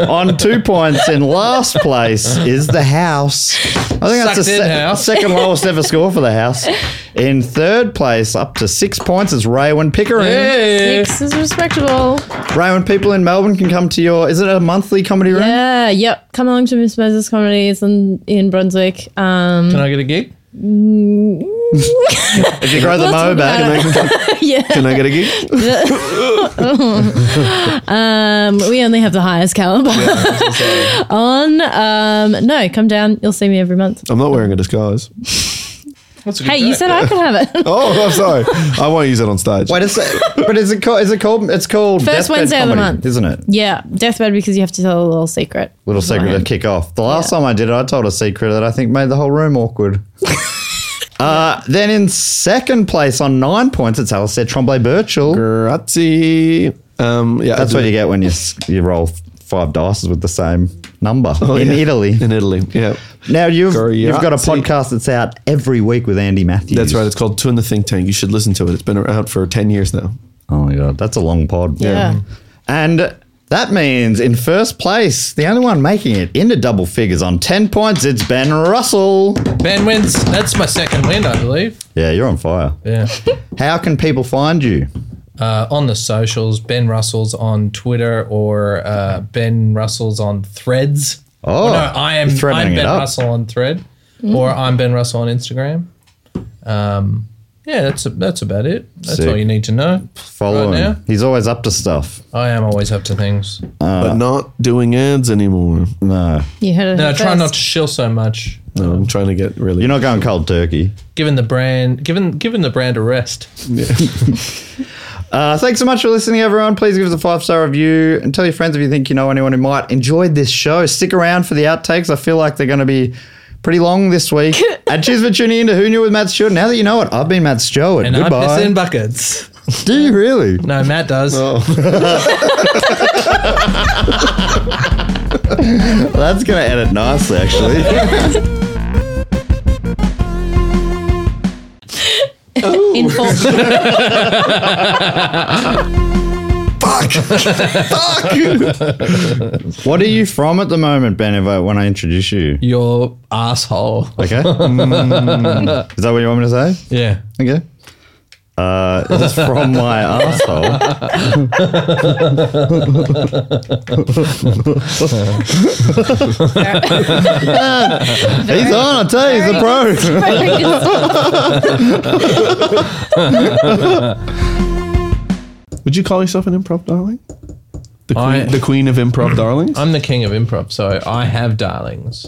on two points in last place is the house. I think that's the Sucked in, se- House. second lowest ever score for the house. In third place, up to six points, is Raywin Pickering. Hey. Six is respectable. Raywin, people in Melbourne can come to your. Is it a monthly comedy room? Yeah, yep. Come along to Miss Moses Comedy. It's in, in Brunswick. Um, Can I get a gig? If you grow the We'll mow talk back, about Can I get a gig? um, we only have the highest caliber on. Um, no, come down. You'll see me every month. I'm not wearing a disguise. That's a good Hey, you joke. said I could have it. Oh, I'm sorry. I won't use it on stage. Wait a sec. but is it called? Is it called? It's called First Deathbed Wednesday of the Comedy, month. isn't it? yeah, deathbed because you have to tell a little secret. Little secret to beforehand. kick off. The last time I did it, I told a secret that I think made the whole room awkward. uh, then in second place on nine points, it's Alistair Tremblay Birchall. Grazie. Um, yeah, That's what you get when you s- you roll five dice with the same number in Italy. Oh, in Italy. Yeah, Now you've you've got a Grazie. podcast that's out every week with Andy Matthews. that's right. It's called Two in the Think Tank. You should listen to it. It's been out for ten years now. Oh my god, that's a long pod. Yeah. And that means in first place, the only one making it into double figures on ten points, it's Ben Russell. Ben wins. That's my second win, I believe. Yeah, you're on fire. Yeah. How can people find you? uh, on the socials, Ben Russell's on Twitter or uh, Ben Russell's on Threads. Oh, Or no, I am you're threatening I'm it Ben up. Mm-hmm. Russell on Thread, or I'm Ben Russell on Instagram. Um, yeah, that's that's about it. That's Sick. all you need to know. Follow Right him. now? He's always up to stuff. I am always up to things. Uh. but not doing ads anymore. No, You heard it. No, here try first. not to shill so much. No, I'm trying to get really. you're not going cold turkey. Given the brand, given given the brand a rest. Uh, thanks so much for listening, everyone. Please give us a five star review and tell your friends if you think you know anyone who might enjoy this show. Stick around for the outtakes. I feel like they're going to be pretty long this week. and cheers for tuning in to Who Knew with Matt Stewart. Now that you know it, I've been Matt Stewart. And Goodbye. I piss in buckets. Do you really? No, Matt does. That's going to edit nicely, actually. In full- what are you from at the moment, Ben, if I, when I introduce you? Your asshole. Okay. Mm. Is that what you want me to say? Yeah. Okay. Uh, this is from my asshole. He's on, I tell you, he's a pro. Would you call yourself an improv darling? The queen, I- the queen of improv darlings. I'm the king of improv, so I have darlings.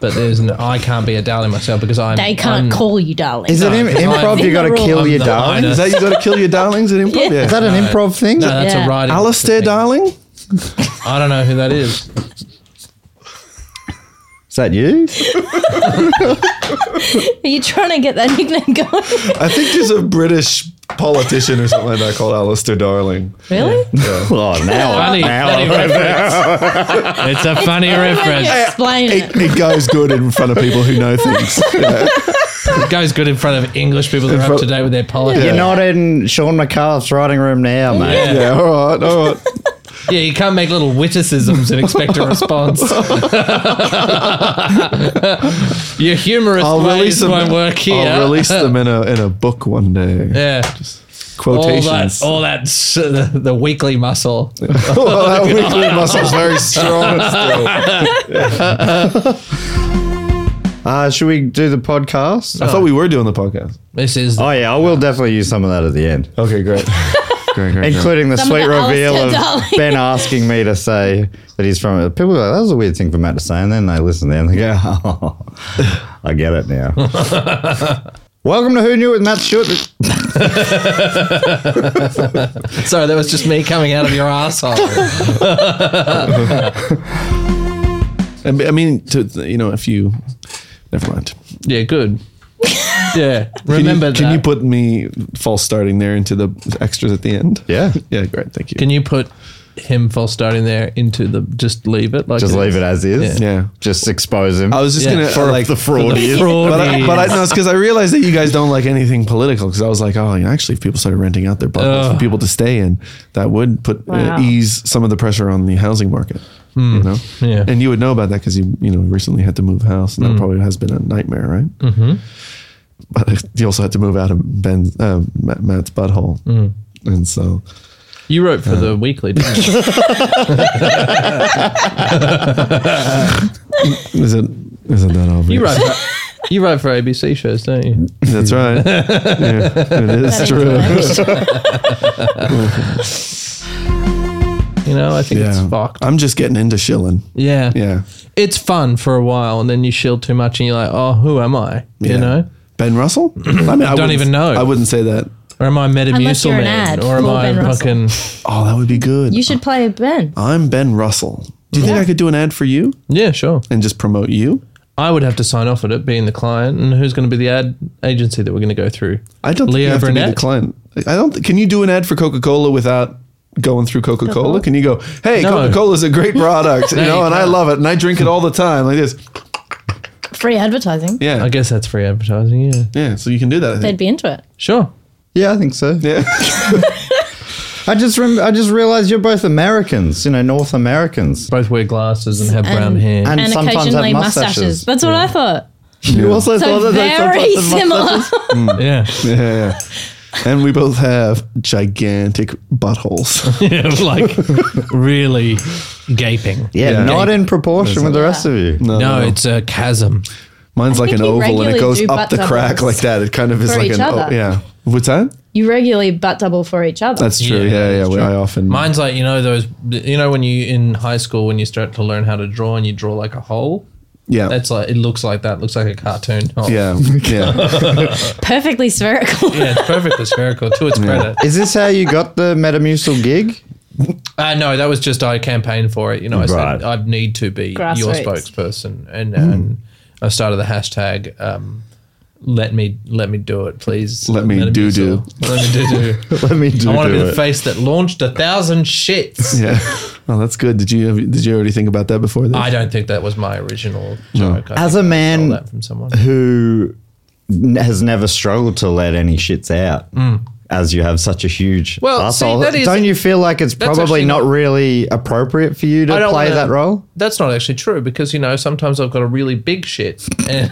But there's no, I can't be a darling myself because I'm. they can't I'm- call you darling. Oh. Is it im- because I'm- improv? You got to kill I'm your the darling. minor. Is that you got to kill your darlings in improv? Yeah. Is that an improv thing? No, that's Yeah. Uh, a writing. Alistair thing. darling. I don't know who that is. Is that you? Are you trying to get that nickname going? I think there's a British politician or something like that called Alistair Darling. really? Oh, now, Funny, now funny reference. it's a funny reference. Explain it. It, it goes good in front of people who know things. Yeah. It goes good in front of English people that are up front- to date with their politics. you're not in Sean McCarthy's writing room now, mate. Yeah. yeah, all right, all right. Yeah, you can't make little witticisms and expect a response. your humorous I'll release ways them. won't work here. I'll release them in a in a book one day. yeah. All that, Quotations. all that, s- the, the weekly muscle. Well, that weekly muscle's very strong. Still. Uh, should we do the podcast? I thought we were doing the podcast. This is Oh, yeah, I will definitely use some of that at the end. Okay, great. great, great, great. including the Some of sweet the reveal Alistair of Darling. Ben asking me to say that he's from. People are like, that was a weird thing for Matt to say, and then they listen there and they go, oh, I get it now. Welcome to Who Knew with Matt Stewart. sorry. That was just me coming out of your asshole. And, I mean, to you know, if you, never mind. yeah, good. Yeah, Can you- remember can that. you put me false starting there into the extras at the end? Yeah. Yeah, great. Thank you. Can you put him false starting there into the just leave it like Just is? leave it as is. Yeah. Just expose him. I was just Yeah. gonna for like the fraud. he is. Fraud But I, is. but I know it's because I realized that you guys don't like anything political. Because I was like, oh, actually, if people started renting out their bubbles for Ugh. people to stay in, that would put Wow. uh, ease some of the pressure on the housing market. You know, Hmm. Yeah. Hmm. and you would know about that because you you know recently had to move house, and that probably has been a nightmare, right? Mm-hmm. But you also had to move out of Ben's uh, Matt- Matt's butthole, Mm. and so You wrote for the weekly. Didn't you? is it isn't that obvious? you wrote. For, you wrote for ABC shows, don't you? That's right. Yeah, it is That true. explains it. You know, I think it's Yeah. fucked. I'm just getting into shilling. Yeah. Yeah. It's fun for a while, and then you shield too much, and you're like, "Oh, who am I?" Yeah. You know. Ben Russell? I mean, I wouldn't- even know. I wouldn't say that. Or am I Unless Metamucil you're an Man? ad Or am for I Ben Russell. fucking. Oh, that would be good. You should play Ben. I'm Ben Russell. Do you think I could do an ad for you Yeah, sure. and just promote you? I would have to sign off at it, being the client, and who's going to be the ad agency that we're going to go through? I don't think Leo you have to be Burnett? the client. I don't. Think, can you do an ad for Coca Cola without going through Coca Cola? Can you go, hey, No. Coca Cola is a great product, you you know, and I love it, and I drink it all the time, like this. Free advertising. Yeah, I guess that's free advertising. Yeah, yeah. So you can do that. I They'd think. be into it. sure. Yeah, I think so. Yeah, I just rem- I just realized you're both Americans, you know, North Americans. Both wear glasses and have brown hair. And, And, sometimes occasionally have mustaches. mustaches. That's what I thought. you also So very similar. yeah, yeah. And we both have gigantic buttholes. yeah, like really gaping. Yeah, Yeah. not in proportion with the rest of you. No, it's a chasm. Mine's like think an you oval, and regularly it goes do butt up the crack doubles like that. It kind of is for like each an o- other. yeah. What's that? You regularly butt double for each other. That's true. Yeah, Yeah, yeah. that's we- true. I often Mine's like you know those you know when you in high school when you start to learn how to draw and you draw like a hole. yeah. That's like it looks like that. Looks like a cartoon. Oh. Hole. yeah, yeah. Perfectly spherical. yeah, it's perfectly spherical to its credit. Is this how you got the Metamucil gig? Uh, no, that was just I campaigned for it. You know, I Right. Hmm. said I need to be your Grassroots. spokesperson, and, and I started the hashtag. Um, let me let me do it, please. Let me him do use do. it. Let me do do. Let me do, I want to do be the it. face that launched a thousand shits. Yeah. Well, that's good. Did you have, did you already think about that before? This? I don't think that was my original joke. I As a think I man- stole that from someone. Who n- has never struggled to let any shits out? As you have such a huge Hmm. Well, see, arsehole. that is- don't you feel like it's that's probably actually not not- really appropriate for you to I play don't wanna- that role? That's not actually true because you know sometimes I've got a really big shit and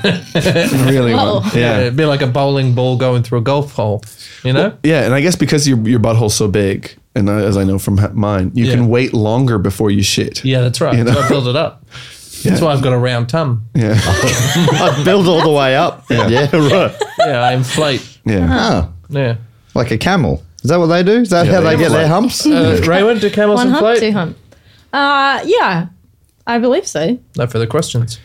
really Whoa. want. yeah. Yeah. it'd be like a bowling ball going through a golf hole. You know, Yeah, and I guess because your your butthole's so big, and I, as I know from ha- mine, you Yeah. can wait longer before you shit. Yeah, that's right. You So know? I built it up. That's why I've got a round tum. Yeah, I'd build all the way up. Yeah, right. I inflate. Yeah. Oh, Yeah. like a camel. Is that what they do? Is that how they, they get their humps? Uh, Raymond, do camels One hump, inflate? two hump. Uh, yeah, I believe so. No further questions.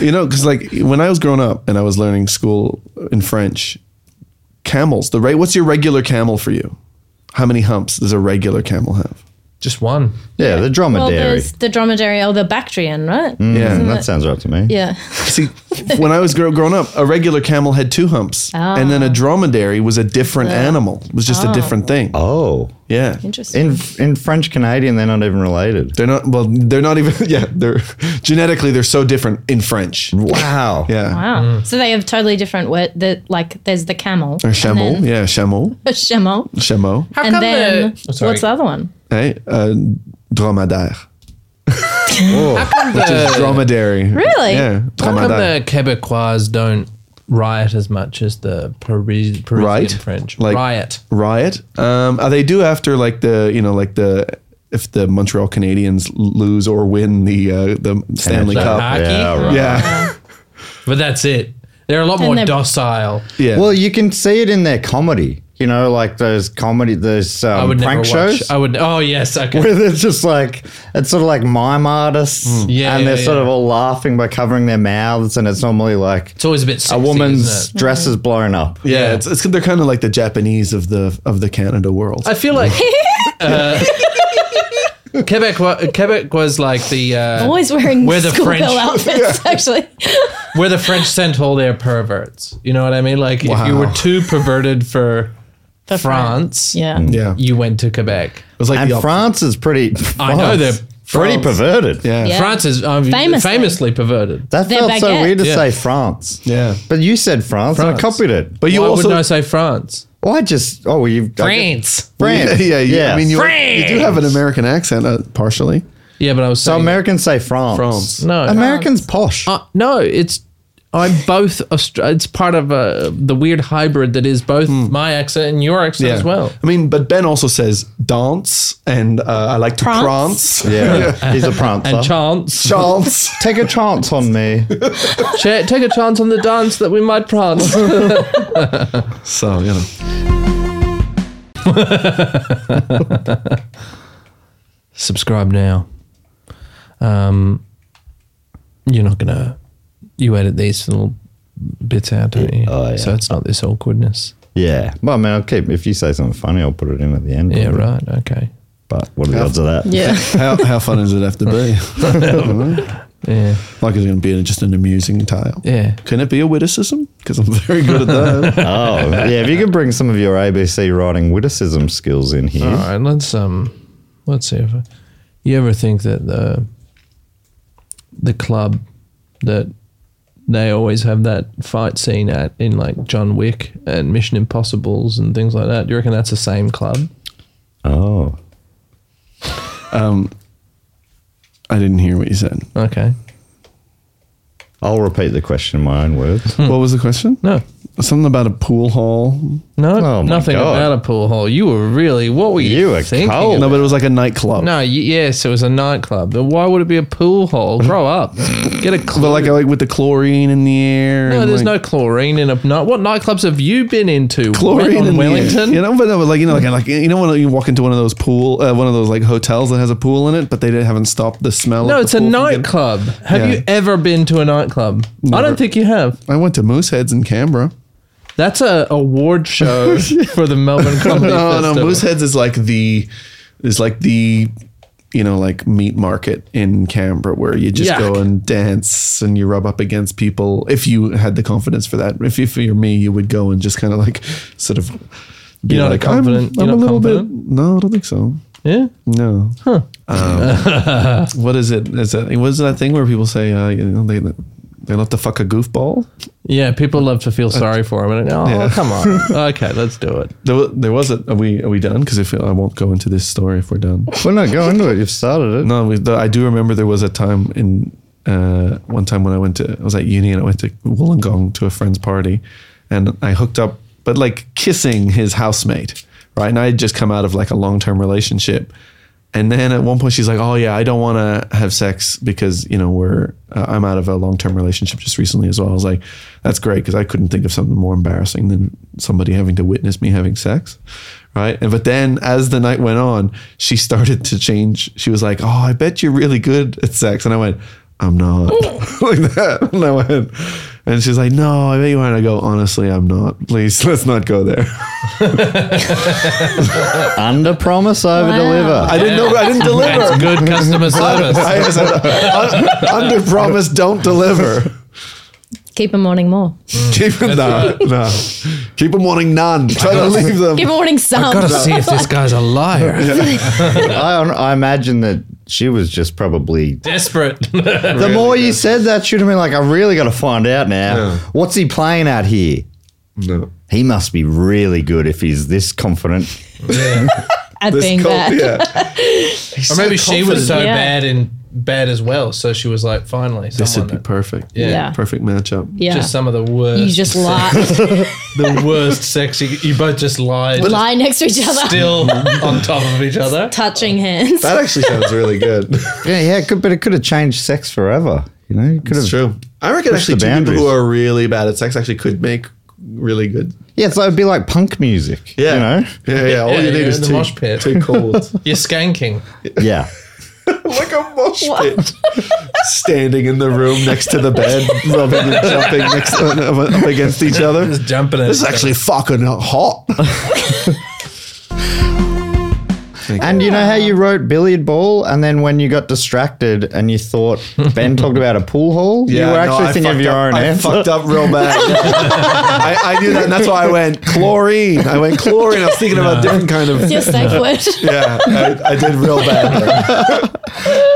You know, because like when I was growing up and I was learning school in French, camels. The rate. What's your regular camel for you? How many humps does a regular camel have? Just one. yeah, the Well, dromedary. there's the dromedary or the Bactrian, right? yeah. Mm, that sounds right to me. Yeah. See, when I was grow- growing up, a regular camel had two humps, and Ah. then a dromedary was a different animal. It was just a different thing. Oh, Yeah. Interesting. in in French Canadian, they're not even related. They're not well. They're not even. Yeah, they're genetically they're so different in French. Wow. Yeah, Wow. Mm. So they have totally different word. That like there's the camel, or chameau. yeah, chameau, a chamel, chameau. and then Oh, sorry. what's the other one? Hey, uh, dromadaire, which is dromedary. Really? Yeah, Uh, How come dromadaire. the Quebecois don't riot as much as the Paris- Parisian Right? French? Like- riot. Riot. Um, uh, they do after like the you know like the if the Montreal Canadiens lose or win the uh, the Stanley Yeah, Cup. hockey? right. Yeah, But that's it. They're a lot more they're- docile. yeah. Well, you can see it in their comedy. You know, like those comedy, those I um, would prank never watch. shows. I would. Oh yes. Okay. where they're just like it's sort of like mime artists, Yeah, and yeah, they're sort yeah. of all laughing by covering their mouths, and it's normally like It's always a bit. Sexy, a woman's Isn't it? dress is blown up. yeah, It's, it's they're kind of like the Japanese of the of the Canada world. I feel like. Uh, Quebec, Quebec was like the uh, Always wearing We're the schoolgirl French. outfits. Actually, where the French sent all their perverts. You know what I mean? Like if you were too perverted for France, yeah. yeah, it you went to Quebec. was like And the op- France is pretty. I know they're pretty France- perverted. Yeah. Yeah. France is um, famously. Famously. perverted. That They're felt so baguette. weird to Yeah. say France. Yeah. but you said France, and I France. copied it. But But you Why also wouldn't I say France? well, I just oh, well, you France. France, Yeah, yeah, yeah. I mean, you, Friends. you do have an American accent, uh, partially. Yeah, but I was so saying Americans say France. France. no. Americans posh. Uh, no, it's I'm both. Austra- it's part of uh, the weird hybrid that is both my accent and your accent Yeah. as well. I mean, but Ben also says dance, and uh, I like to Prance. prance. yeah, he's a And prancer. chance, Dance. Take a chance on me. Cha- take a chance on the dance that we might prance. So, you know. subscribe now. Um, you're not gonna you edit these little bits out, don't you? Oh, yeah. So it's not this awkwardness. Yeah. Well, I mean, I'll keep, if you say something funny, I'll put it in at the end. Yeah, right. Okay. But what are the odds of that? Yeah. How, how fun does it have to be? Yeah. like it's going to be just an amusing tale. Yeah. Can it be a witticism? Because I'm very good at that. Oh, yeah. If you could bring some of your ABC writing witticism skills in here. All right. Let's um, let's see if I, you ever think that the the club that they always have that fight scene at in like John Wick and Mission Impossible's and things like that. Do you reckon that's the same club? Oh. Um, I didn't hear what you said. Okay. I'll repeat the question in my own words. Hmm. What was the question? No. Something about a pool hall. No, Oh, my nothing God. about a pool hall. You were really what were you, You were thinking? cold. No, but it was like a nightclub. Oh. No, y- yes, it was a nightclub. But why would it be a pool hall? Grow up. Get a clue. But like like with the chlorine in the air. no, and there's like no chlorine in a night. What nightclubs have you been into? chlorine on in the air. Wellington. You know, but no, but like you know, like, like you know when you walk into one of those pool, uh, one of those like hotels that has a pool in it, but they didn't- haven't stopped the smell. no, of it's the a pool from getting- nightclub. Have Yeah. you ever been to a nightclub? I don't think you have. I went to Mooseheads in Canberra. That's a award show for the Melbourne Comedy No, no, Festival. Mooseheads is like the is like the you know like meat market in Canberra where you just go Yuck. and dance and you rub up against people. If you had the confidence for that, if, if you're me, you would go and just kind of like sort of. Be You're not confident- you're not confident? bit. No, I don't think so. Yeah. No. Huh. Um, what is it? Is that was that thing where people say uh, you know, they they love to fuck a goofball? Yeah, people love to feel sorry for him. And, oh, come on. Okay, let's do it. There, wa- there was a. Are we are we done? Because if I won't go into this story if we're done. well, no, go into it. You've started it. No, we, though I do remember there was a time in uh, one time when I went to I was at uni and I went to Wollongong to a friend's party, and I hooked up, but like kissing his housemate, right? And I had just come out of like a long term relationship, and then at one point she's like, "Oh yeah, I don't want to have sex because you know we're uh, I'm out of a long term relationship just recently as well." I was like, "That's great," because I couldn't think of something more embarrassing than somebody having to witness me having sex right? And but then as the night went on, she started to change. She was like, "Oh, I bet you're really good at sex," and I went, "I'm not," like that. And I went, and she's like, "No, I bet you aren't." I go, "Honestly, I'm not. Please, let's not go there." Under promise, over Wow. deliver. I didn't know. I didn't deliver. That's good customer service. Mm. I said, "Un- under promise, don't deliver. Keep them wanting more. Keep them no, no. Keep them wanting none. Try to leave them. Keep them wanting some. see if this guy's a liar. I, I imagine that she was just probably. Desperate. the more you said that, should have been like, I really got to find out now. What's he playing at here? No. He must be really good if he's this confident. At being Cold, bad. yeah. or maybe she was so Yeah. bad in bad as well. So she was like, finally, This would someone be that, perfect. Yeah. Yeah. Perfect matchup. Yeah. just some of the worst. you just lie, the worst sexy. You both just lied, lie next to each other, still on top of each other. touching hands. That actually sounds really good. yeah, yeah, it could, but it could have changed sex forever. You know, it could have. It's true. I reckon Push the actually two people boundaries. who are really bad at sex actually could make really good. Yeah, so it'd be like punk music. Yeah. You know? Yeah, yeah. All Yeah, you need you're is in the two, mosh pit. two chords. You're skanking. Yeah. like a mosh pit. Standing in the room next to the bed, rubbing and jumping next up against each other. Just jumping. This is actually fucking hot. And you know how you wrote billiard ball, and then when you got distracted and you thought Ben talked about a pool hall, you were no, actually I thinking of fucked your up- own I answer. fucked up real bad. I, I knew that, and that's why I went chlorine. I went chlorine. I was thinking about different kind of. It's your safe word. Yeah, I, I did real bad. there.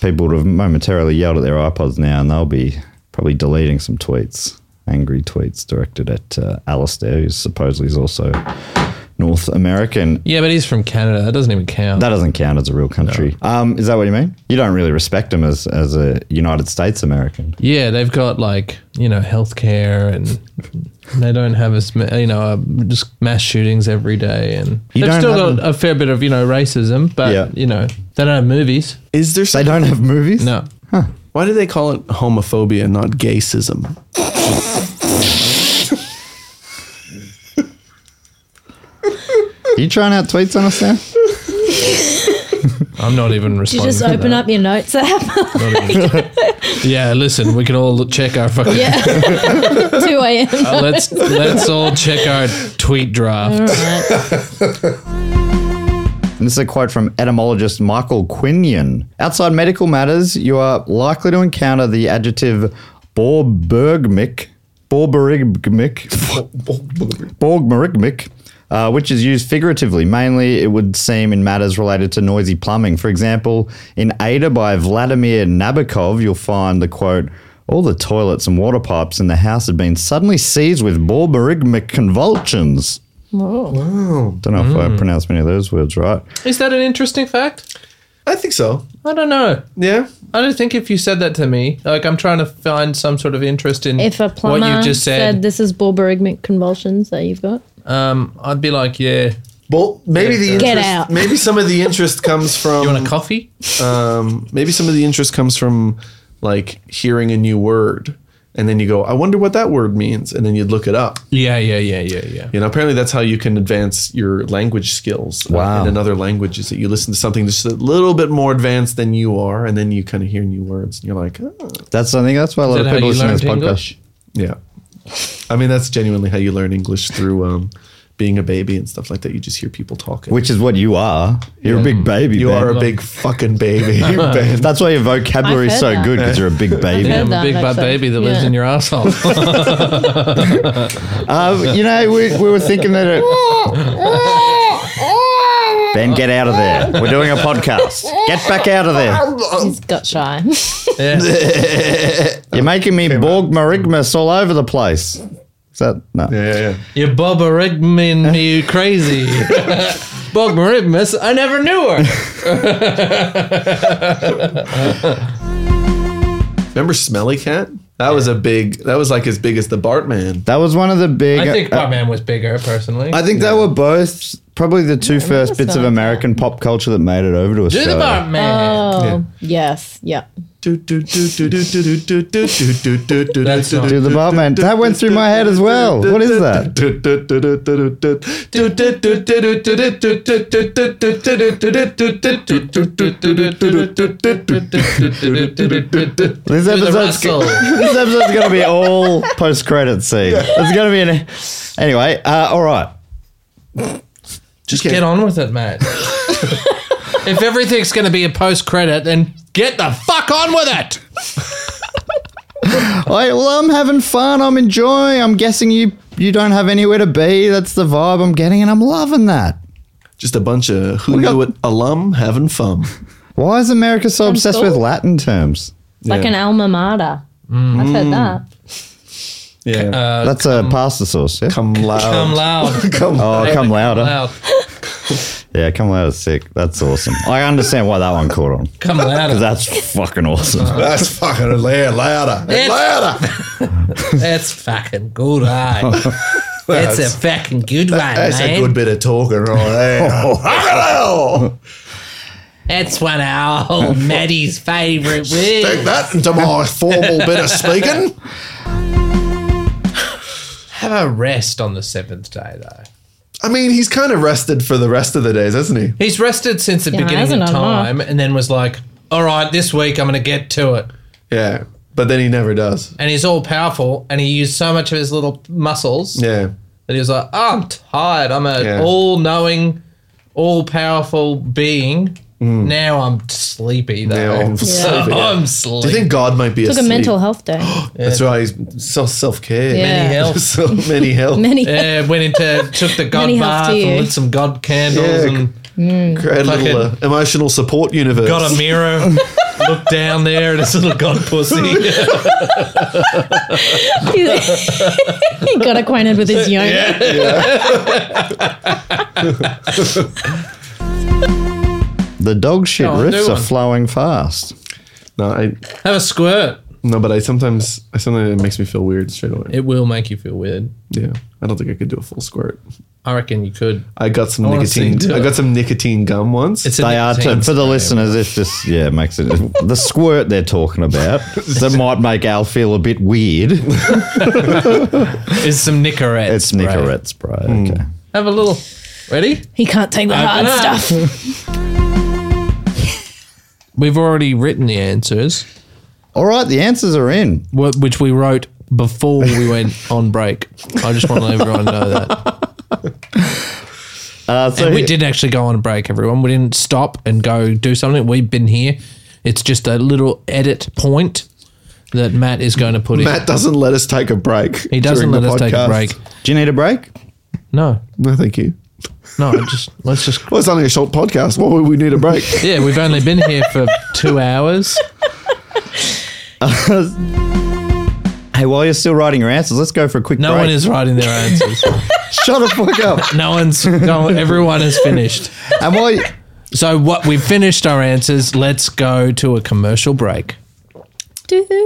People would have momentarily yelled at their iPods now, and they'll be probably deleting some tweets, angry tweets directed at uh, Alistair, who supposedly is also North American. Yeah, but he's from Canada. That doesn't even count. That doesn't count as a real country. Um, is that what you mean? You don't really respect him as, as a United States American. yeah, they've got like you know healthcare and. They don't have as ma- you know uh, just mass shootings every day, and You they've don't still have got a fair bit of you know racism. But Yeah. you know they don't have movies. Is there? They don't have movies? No, Why do they call it homophobia, not gayism? Are you trying out tweets on us now? I'm not even Did you responding. just to open that. up your notes app? Not even- yeah, listen, we can all check our fucking. yeah. 2 a.m. Uh, let's let's all check our tweet draft. And this is a quote from etymologist Michael Quinion. Outside medical matters, you are likely to encounter the adjective borbergmic, borberigmic, borgmerigmic, uh, which is used figuratively. Mainly, it would seem in matters related to noisy plumbing. For example, in Ada by Vladimir Nabokov, you'll find the quote, all the toilets and water pipes in the house had been suddenly seized with borberigmic convulsions. Don't know if I pronounced many of those words right. Is that an interesting fact? I think so. I don't know. Yeah. I don't think if you said that to me, like I'm trying to find some sort of interest in If a plumber what you just said, said, this is borborygmic convulsions that you've got, um, I'd be like, yeah, Well, maybe the interest, Get out. maybe some of the interest comes from you want a coffee? um, maybe some of the interest comes from like hearing a new word and then you go i wonder what that word means and then you'd look it up Yeah, yeah, yeah, yeah, yeah. you know apparently that's how you can advance your language skills uh, Wow. in another language is that you listen to something just a little bit more advanced than you are and then you kind of hear new words and you're like oh. That's I think that's why a lot Is of that how people you listen to learned this podcast. English? yeah i mean that's genuinely how you learn english through um, being a baby and stuff like that you just hear people talking Which is what you are. You're a big baby. you Ben. are a big fucking baby Ben. That's why your vocabulary is I've so heard good because you're a big baby. heard I'm that, a big bad actually. baby that lives Yeah. in your asshole. Uh, you know, we, we were thinking that. it- ben, get out of there. We're doing a podcast. Get back out of there. he's got shy. yeah. You're making me Borg Marigmus all over the place. Is that no? yeah yeah You're Boba Rigmin me crazy. Bob Maribmas, I never knew her. Remember Smelly Cat? That was a big. That was like as big as the Bartman. That was one of the big. uh, I think Batman was bigger personally. I think they were both probably the two first bits of Smelly Cat. American pop culture that made it over to Do the Australia. Batman. oh, yes. Yeah. That's not- Do the Batman. That went through my head as well. What is that? This Do the episode's, Russell. this episode's going to be all post credit scene. It's going to be an. Anyway, uh, all right. Just get on with it, Matt. if everything's going to be a post credit, then get the fuck on with it. I, well, I'm having fun. I'm enjoying. I'm guessing you you don't have anywhere to be. That's the vibe I'm getting, and I'm loving that. Just a bunch of who got- knew it alum having fun. Why is America so obsessed with Latin terms? It's Like an alma mater. I've heard Mm. that. Yeah, That's a pasta sauce. Yeah? Uh, come Come loud. loud. Come oh, come louder. Loud. Yeah, come louder. is Sick. That's awesome. I understand why that one caught on. Come louder. That's fucking awesome. That's fucking loud, louder, It's- louder. That's fucking good, right? That's a fucking good one, That's a man. good bit of talking right there. Oh. Hello. That's one of our old Maddie's favourite Take words. that into my formal bit of speaking. Have a rest on the seventh day, though. I mean, he's kind of rested for the rest of the days, isn't he? He's rested since the Yeah, beginning hasn't of done much. time and then was like, all right, this week I'm going to get to it. Yeah, but then he never does. And he's all powerful and he used so much of his little muscles Yeah. that he was like, oh, I'm tired. I'm an Yeah. all knowing, all powerful being. Now I'm sleepy, though. Mm. Now I'm sleepy. I'm Do you sleepy. think God might be Took a asleep? mental health day. That's right. He's so self care. Yeah. Many health. so many health. Many. Yeah, went into took the god Many health bath to you. and lit some god candles Yeah, and Create a little uh, emotional support universe. got a mirror. looked down there at his little god pussy. he got acquainted with his yoni. The dog shit Oh, riffs new are one. flowing fast. no, I, Have a squirt. no, but I sometimes, I sometimes it makes me feel weird straight away. It will make you feel weird. yeah, I don't think I could do a full squirt. I reckon you could. I got some wanna nicotine. see you do I it. got some nicotine gum once. It's a They are nicotine too, for the spray. listeners. It's just yeah, it makes it the squirt they're talking about that might make Al feel a bit weird. It's some Nicorette. It's spray. Hmm. Nicorette spray. Okay. Have a little. Ready? He can't take the hard Open up. stuff. We've already written the answers, All right, the answers are in. wh- which we wrote before we went on break. I just want to let everyone know that. Uh, so And we did actually go on a break, everyone. We didn't stop and go do something. We've been here. It's just a little edit point that Matt is going to put Matt doesn't let us take a break. in. He doesn't during let the us take a podcast. break. Do you need a break? No, No, thank you. no, just let's just. Well, it's only a short podcast. Why would we need a break? Yeah, we've only been here for two hours. Hey, while you're still writing your answers, let's go for a quick No break. one is writing their answers. Shut the fuck up. No one's. No, everyone has finished. And while you- So what we've finished our answers. Let's go to a commercial break. Do, do,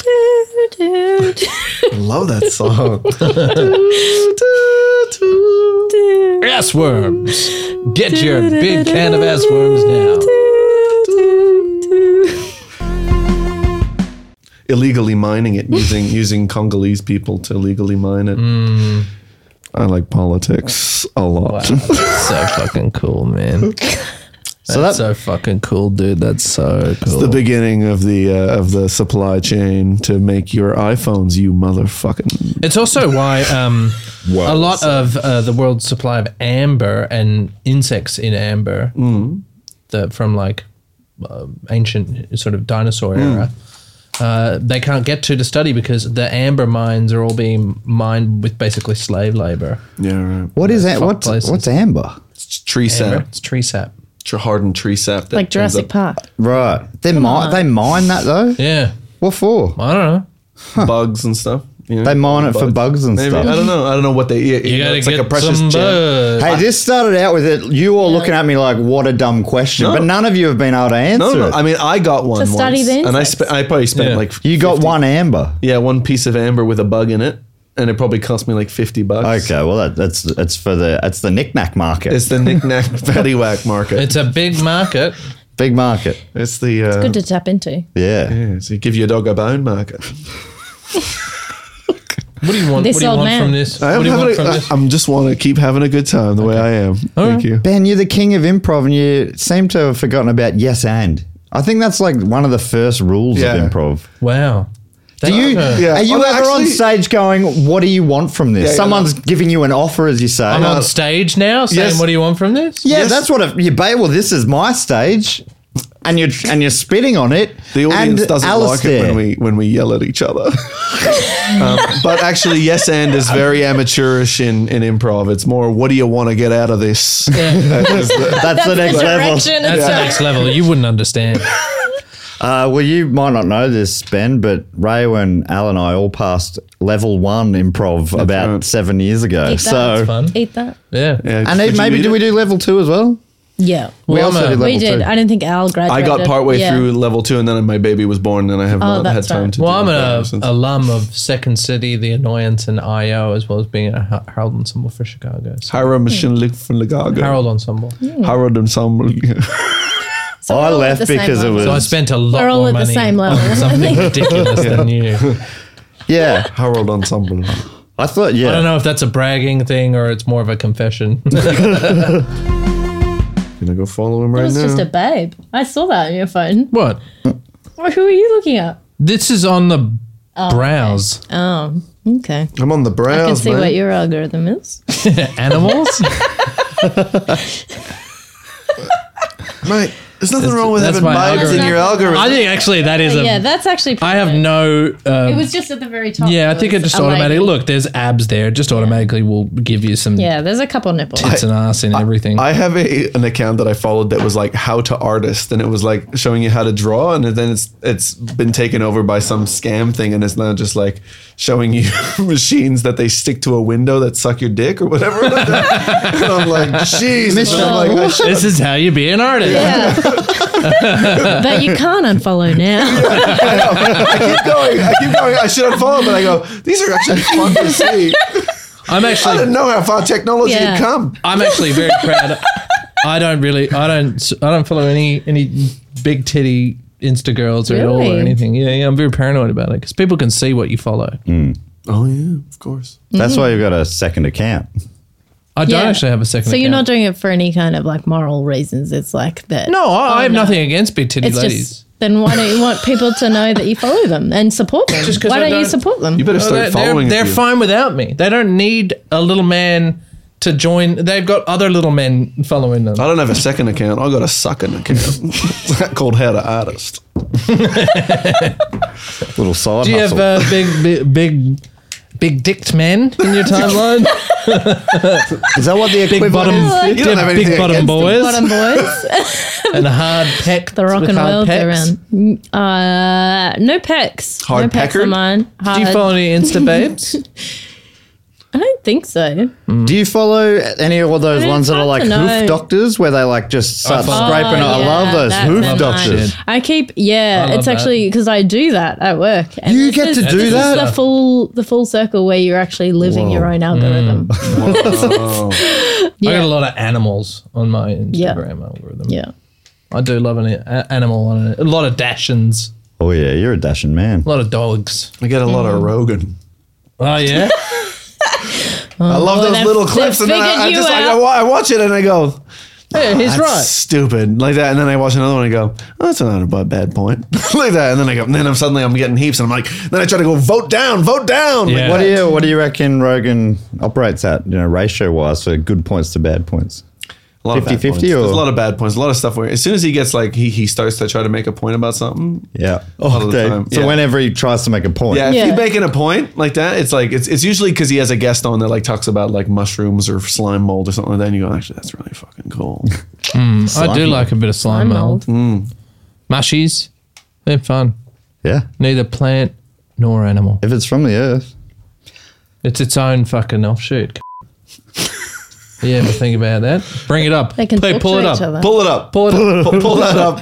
do, do, Love that song. Ass worms. Get your big can of ass worms now. illegally mining it using using Congolese people to illegally mine it. Hmm. I like politics a lot. That's so fucking cool, man. so that That's so fucking cool, dude. That's so cool. the beginning of the uh, of the supply chain to make your iPhones, you motherfucking. It's also why um, a lot of uh, the world's supply of amber and insects in amber, Mm. the, from like uh, ancient sort of dinosaur era, Mm. uh, they can't get to to study because the amber mines are all being mined with basically slave labor. Yeah, right. what is that? fuck What's places. what's amber? It's tree Amber, sap, It's tree sap. tr- hardened tree sap. That like ends Jurassic up- Park. Right. They mine they mine that though. Yeah. What for? I don't know. bugs and stuff. you know? They mine it for bugs and Maybe. stuff. I don't know. I don't know what they eat. You know, gotta it's get like a precious some gem. bird. Hey, this started out with it. You all looking at me like, "What a dumb question!" No. But none of you have been able to answer. No, no, it. I mean, I got one study once, the and I insects. spent. I probably spent Yeah. like you got one amber. yeah one piece of amber with a bug in it, and it probably cost me like fifty bucks. Okay, well that, that's that's for the that's the knickknack market. It's the knickknack paddywhack market. It's a big market. big market. It's the uh, Good to tap into. Yeah. yeah, so you give your dog a bone market. What do you want? This what do you old want man. from this? I What am do you want having from a, this? I, am just want to keep having a good time the way I am. Thank you. Ben, you're the king of improv, and you seem to have forgotten about yes and. I think that's like one of the first rules Yeah. of improv. Wow. uh, Do you Yeah. are you Although ever on actually- stage going, "What do you want from this?" yeah, Someone's giving you an offer, as you say. I'm on stage now saying, Yes. what do you want from this? yeah, Yes. that's what a, you ba Well, this is my stage, and you're and you're spitting on it. The audience and doesn't like it Alistair. when we when we yell at each other. um, but actually, yes, and is very amateurish in, in improv. It's more, what do you want to get out of this? That's the next level. Direction. That's the next level. You wouldn't understand. Uh, well, you might not know this, Ben, but Ray and Al and I all passed level one improv about right. seven years ago. Eat that. so, Fun. Eat that. Yeah. Yeah, and did then you maybe read do it? we do level two as well? Yeah. We Well, also I'm a- did level we did. two. I don't think Al I graduated. got partway Yeah. Oh, through level two, and then my baby was born, and I have not had that's time right. to. Well, I'm do it an uh, ever since. alum of Second City, The Annoyance, and IO, as well as being a Ha- Harold Ensemble for Chicago. So Hiram Hmm. Shinlik from Lagaga. Harold Ensemble. Harold Ensemble. I So we're all at left the same because it level. was So I spent a lot We're all more at the money same level. on something ridiculous than you. yeah. Harold Ensemble. I thought I don't yeah. know if that's a bragging thing or it's more of a confession. Gonna go follow him It right was now. just a babe. I saw that on your phone. what? Well, Who are you looking at? This is on the browse. Oh, okay. I'm on the I browse, can see man. what your algorithm is. Animals? Mate, there's nothing wrong with that's having my vibes in algorithm. your algorithm. I think actually that is a. I yeah, that's actually. Pretty have good. no. It Um, was just at the very top. yeah, I think it was just a lady. automatically. Look, there's abs there. It just automatically will give you some Yeah, there's a couple nipples. tits and ass and everything. I have a, an account that I followed that was like how to artist, and it was like showing you how to draw, and then it's it's been taken over by some scam thing, and it's now just like showing you machines that they stick to a window that suck your dick or whatever. like that. and I'm like, Jesus, I'm like, I should- this is how you be an artist. Yeah. but you can't unfollow now. I keep going, I keep going, I should have followed, but I go, these are actually fun to see. I'm I didn't actually, know how far technology Yeah. had come. I'm actually very proud. I don't really, I don't, I don't follow any any big titty Insta girls or at all or Really? anything. Yeah, yeah, I'm very paranoid about it because people can Mm. see what you follow. Oh yeah, of course. Mm. That's why you've got a second account. I don't Yeah. actually have a second. So you're account. not doing it for any kind of like moral reasons. It's like that. No, I, I have Oh, no. nothing against big titty it's ladies. just then why don't you want people to know that you follow them and support them? Just 'cause why I don't, you don't- support them? You better No, start Oh, they're, following. They're, a they're few. fine without me. They don't need a little man to join. They've got other little men following them. I don't have a second account. I got a sucking account called How to Artist. Little side Do you have hustle. uh, big, big, big, big dicked men in your timeline? is that what the uh, big equivalent bottom, is? yeah, You don't have big anything bottom against them. boys Bottom boys, and hard peck. the rock with and hard roll pecs. around. Mm, Uh, no pecs. Hard no pecs pecker? on mine. Do you Hard- follow any Insta babes? I don't think so. Do you follow any of those It's ones that are hard like to know. hoof doctors where they like just start follow- scraping? it? I yeah, love those that's hoof mine. doctors. I keep yeah. love it's that. actually because I do that at work. And You this get is- to do this is that? the full the full circle where you're actually living your own algorithm. Mm. I got Yeah. a lot of animals on my Instagram Yeah. algorithm. Yeah. I do love an a- animal on it. A lot of dachshunds, Oh yeah, you're a dashing man. a lot of dogs. I get a lot of Rogan. Oh yeah. I love well, those they've- little they've clips, and then figured I, I you just like, I, out. wa- I watch it and I go, Oh, yeah, he's "That's right. stupid," like that, and then I watch another one and go, oh, "That's not a bu- bad point," like that, and then I go, and then I'm suddenly I'm getting heaps, and I'm like, then I try to go vote down, vote down. Like, Yeah. What do you What do you reckon Rogan operates at? You know, ratio wise for good points to bad points. A lot of bad 50-50 points. There's or- a lot of bad points. A lot of stuff where as soon as he gets like he, he starts to try to make a point about something. Yeah. A lot of the Okay. time, Oh, So yeah. whenever he tries to make a point, Yeah, if Yeah. you're making a point like that, it's like it's, it's usually because he has a guest on that like talks about like mushrooms or slime mold or something like that. And you go, actually, that's really fucking cool. I do Slimy. like a bit of slime I'm old. mold. Mushies, they're fun. yeah. Neither plant nor animal. If it's from the earth, It's its own fucking offshoot. you ever think about that? Bring it up. They can Hey, talk to pull it each up. other. pull it up, Pull it up. pull, pull that up.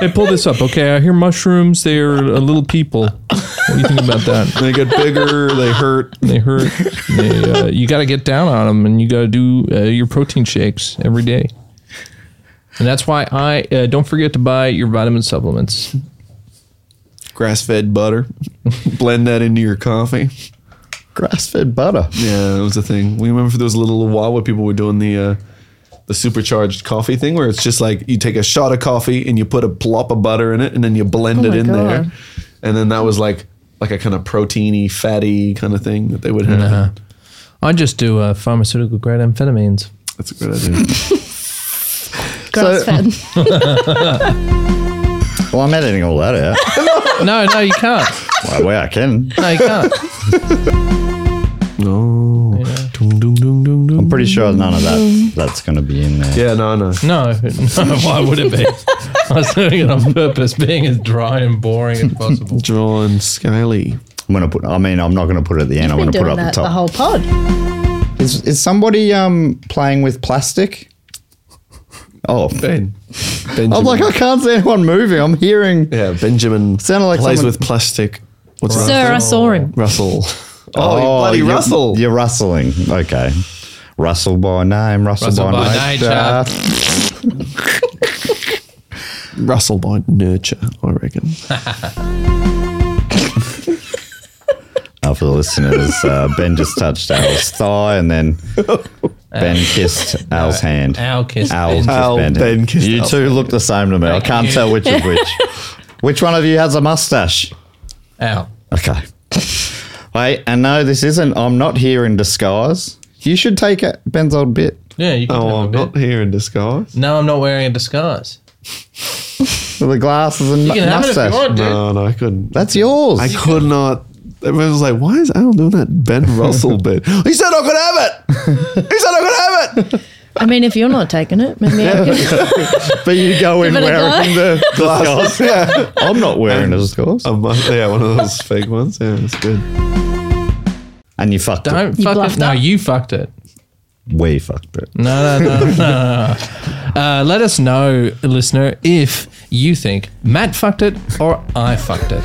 hey, pull this up. Okay, I hear mushrooms. They're a little people. What do you think about that? They get bigger, they hurt. They hurt. They, uh, you got to get down on them, and you got to do uh, your protein shakes every day. And that's why I uh, don't forget to buy your vitamin supplements. Grass fed butter, blend that into your coffee. grass fed butter. Yeah, that was a thing. We remember for those little while where people were doing the uh, the supercharged coffee thing, where it's just like you take a shot of coffee and you put a plop of butter in it, and then you blend Oh it my in God. there, and then that was like like a kind of proteiny, fatty kind of thing that they would have. I just do uh, pharmaceutical grade amphetamines. That's a great idea. Grass fed. Well, I'm editing all that out. No, no, you can't. well, well, I can. No, you can't. no. Dum, dum, dum, dum, dum. I'm pretty sure none of that that's going to be in there. Yeah, no, no. No, no, why would it be? I was doing it on purpose, being as dry and boring as possible. John Scaly. I'm going to put. I mean, I'm not going to put it at the end. I'm going Been to put it doing up the that the, top. whole pod. Is is somebody um playing with plastic? Oh, Ben. Benjamin. I'm like I can't see anyone moving. I'm hearing. yeah, Benjamin Sounded like plays someone- with plastic. What's his Sir, I saw him. Russell. Oh, you bloody you're- Russell. You're rustling. Okay. Russell by name, Russell, Russell by, by nature. Russell by nurture, I reckon. Uh, for the listeners, uh, Ben just touched Al's thigh and then Ben kissed Al's hand. Owl kiss. Al's Ben. Al, just Ben. Ben kissed You Al's two look the same to me. I can't you. tell which is which. Which one of you has a mustache? Owl. Okay. Wait, and no, this isn't. I'm not here in disguise. You should take it, Ben's old bit. Yeah, you can Oh, have a I'm bit. not here in disguise. No, I'm not wearing a disguise. With the glasses and You can have it if you mustache. want, dude. No, no, I couldn't. That's yours. I could not. Everyone was like, "Why is Al doing that Ben Russell bit?" He said I could have it. He said I could have it. I mean, if you're not taking it, maybe I can. but you go in Give it a wearing the disguise. yeah. I'm not wearing a disguise. A month, yeah, one of those fake ones. Yeah, that's good. And you fucked it. Don't You fuck bluffed it. No, up. you fucked it. We fucked it. No, no, no, no. no. Uh, let us know, listener, if you think Matt fucked it or I fucked it.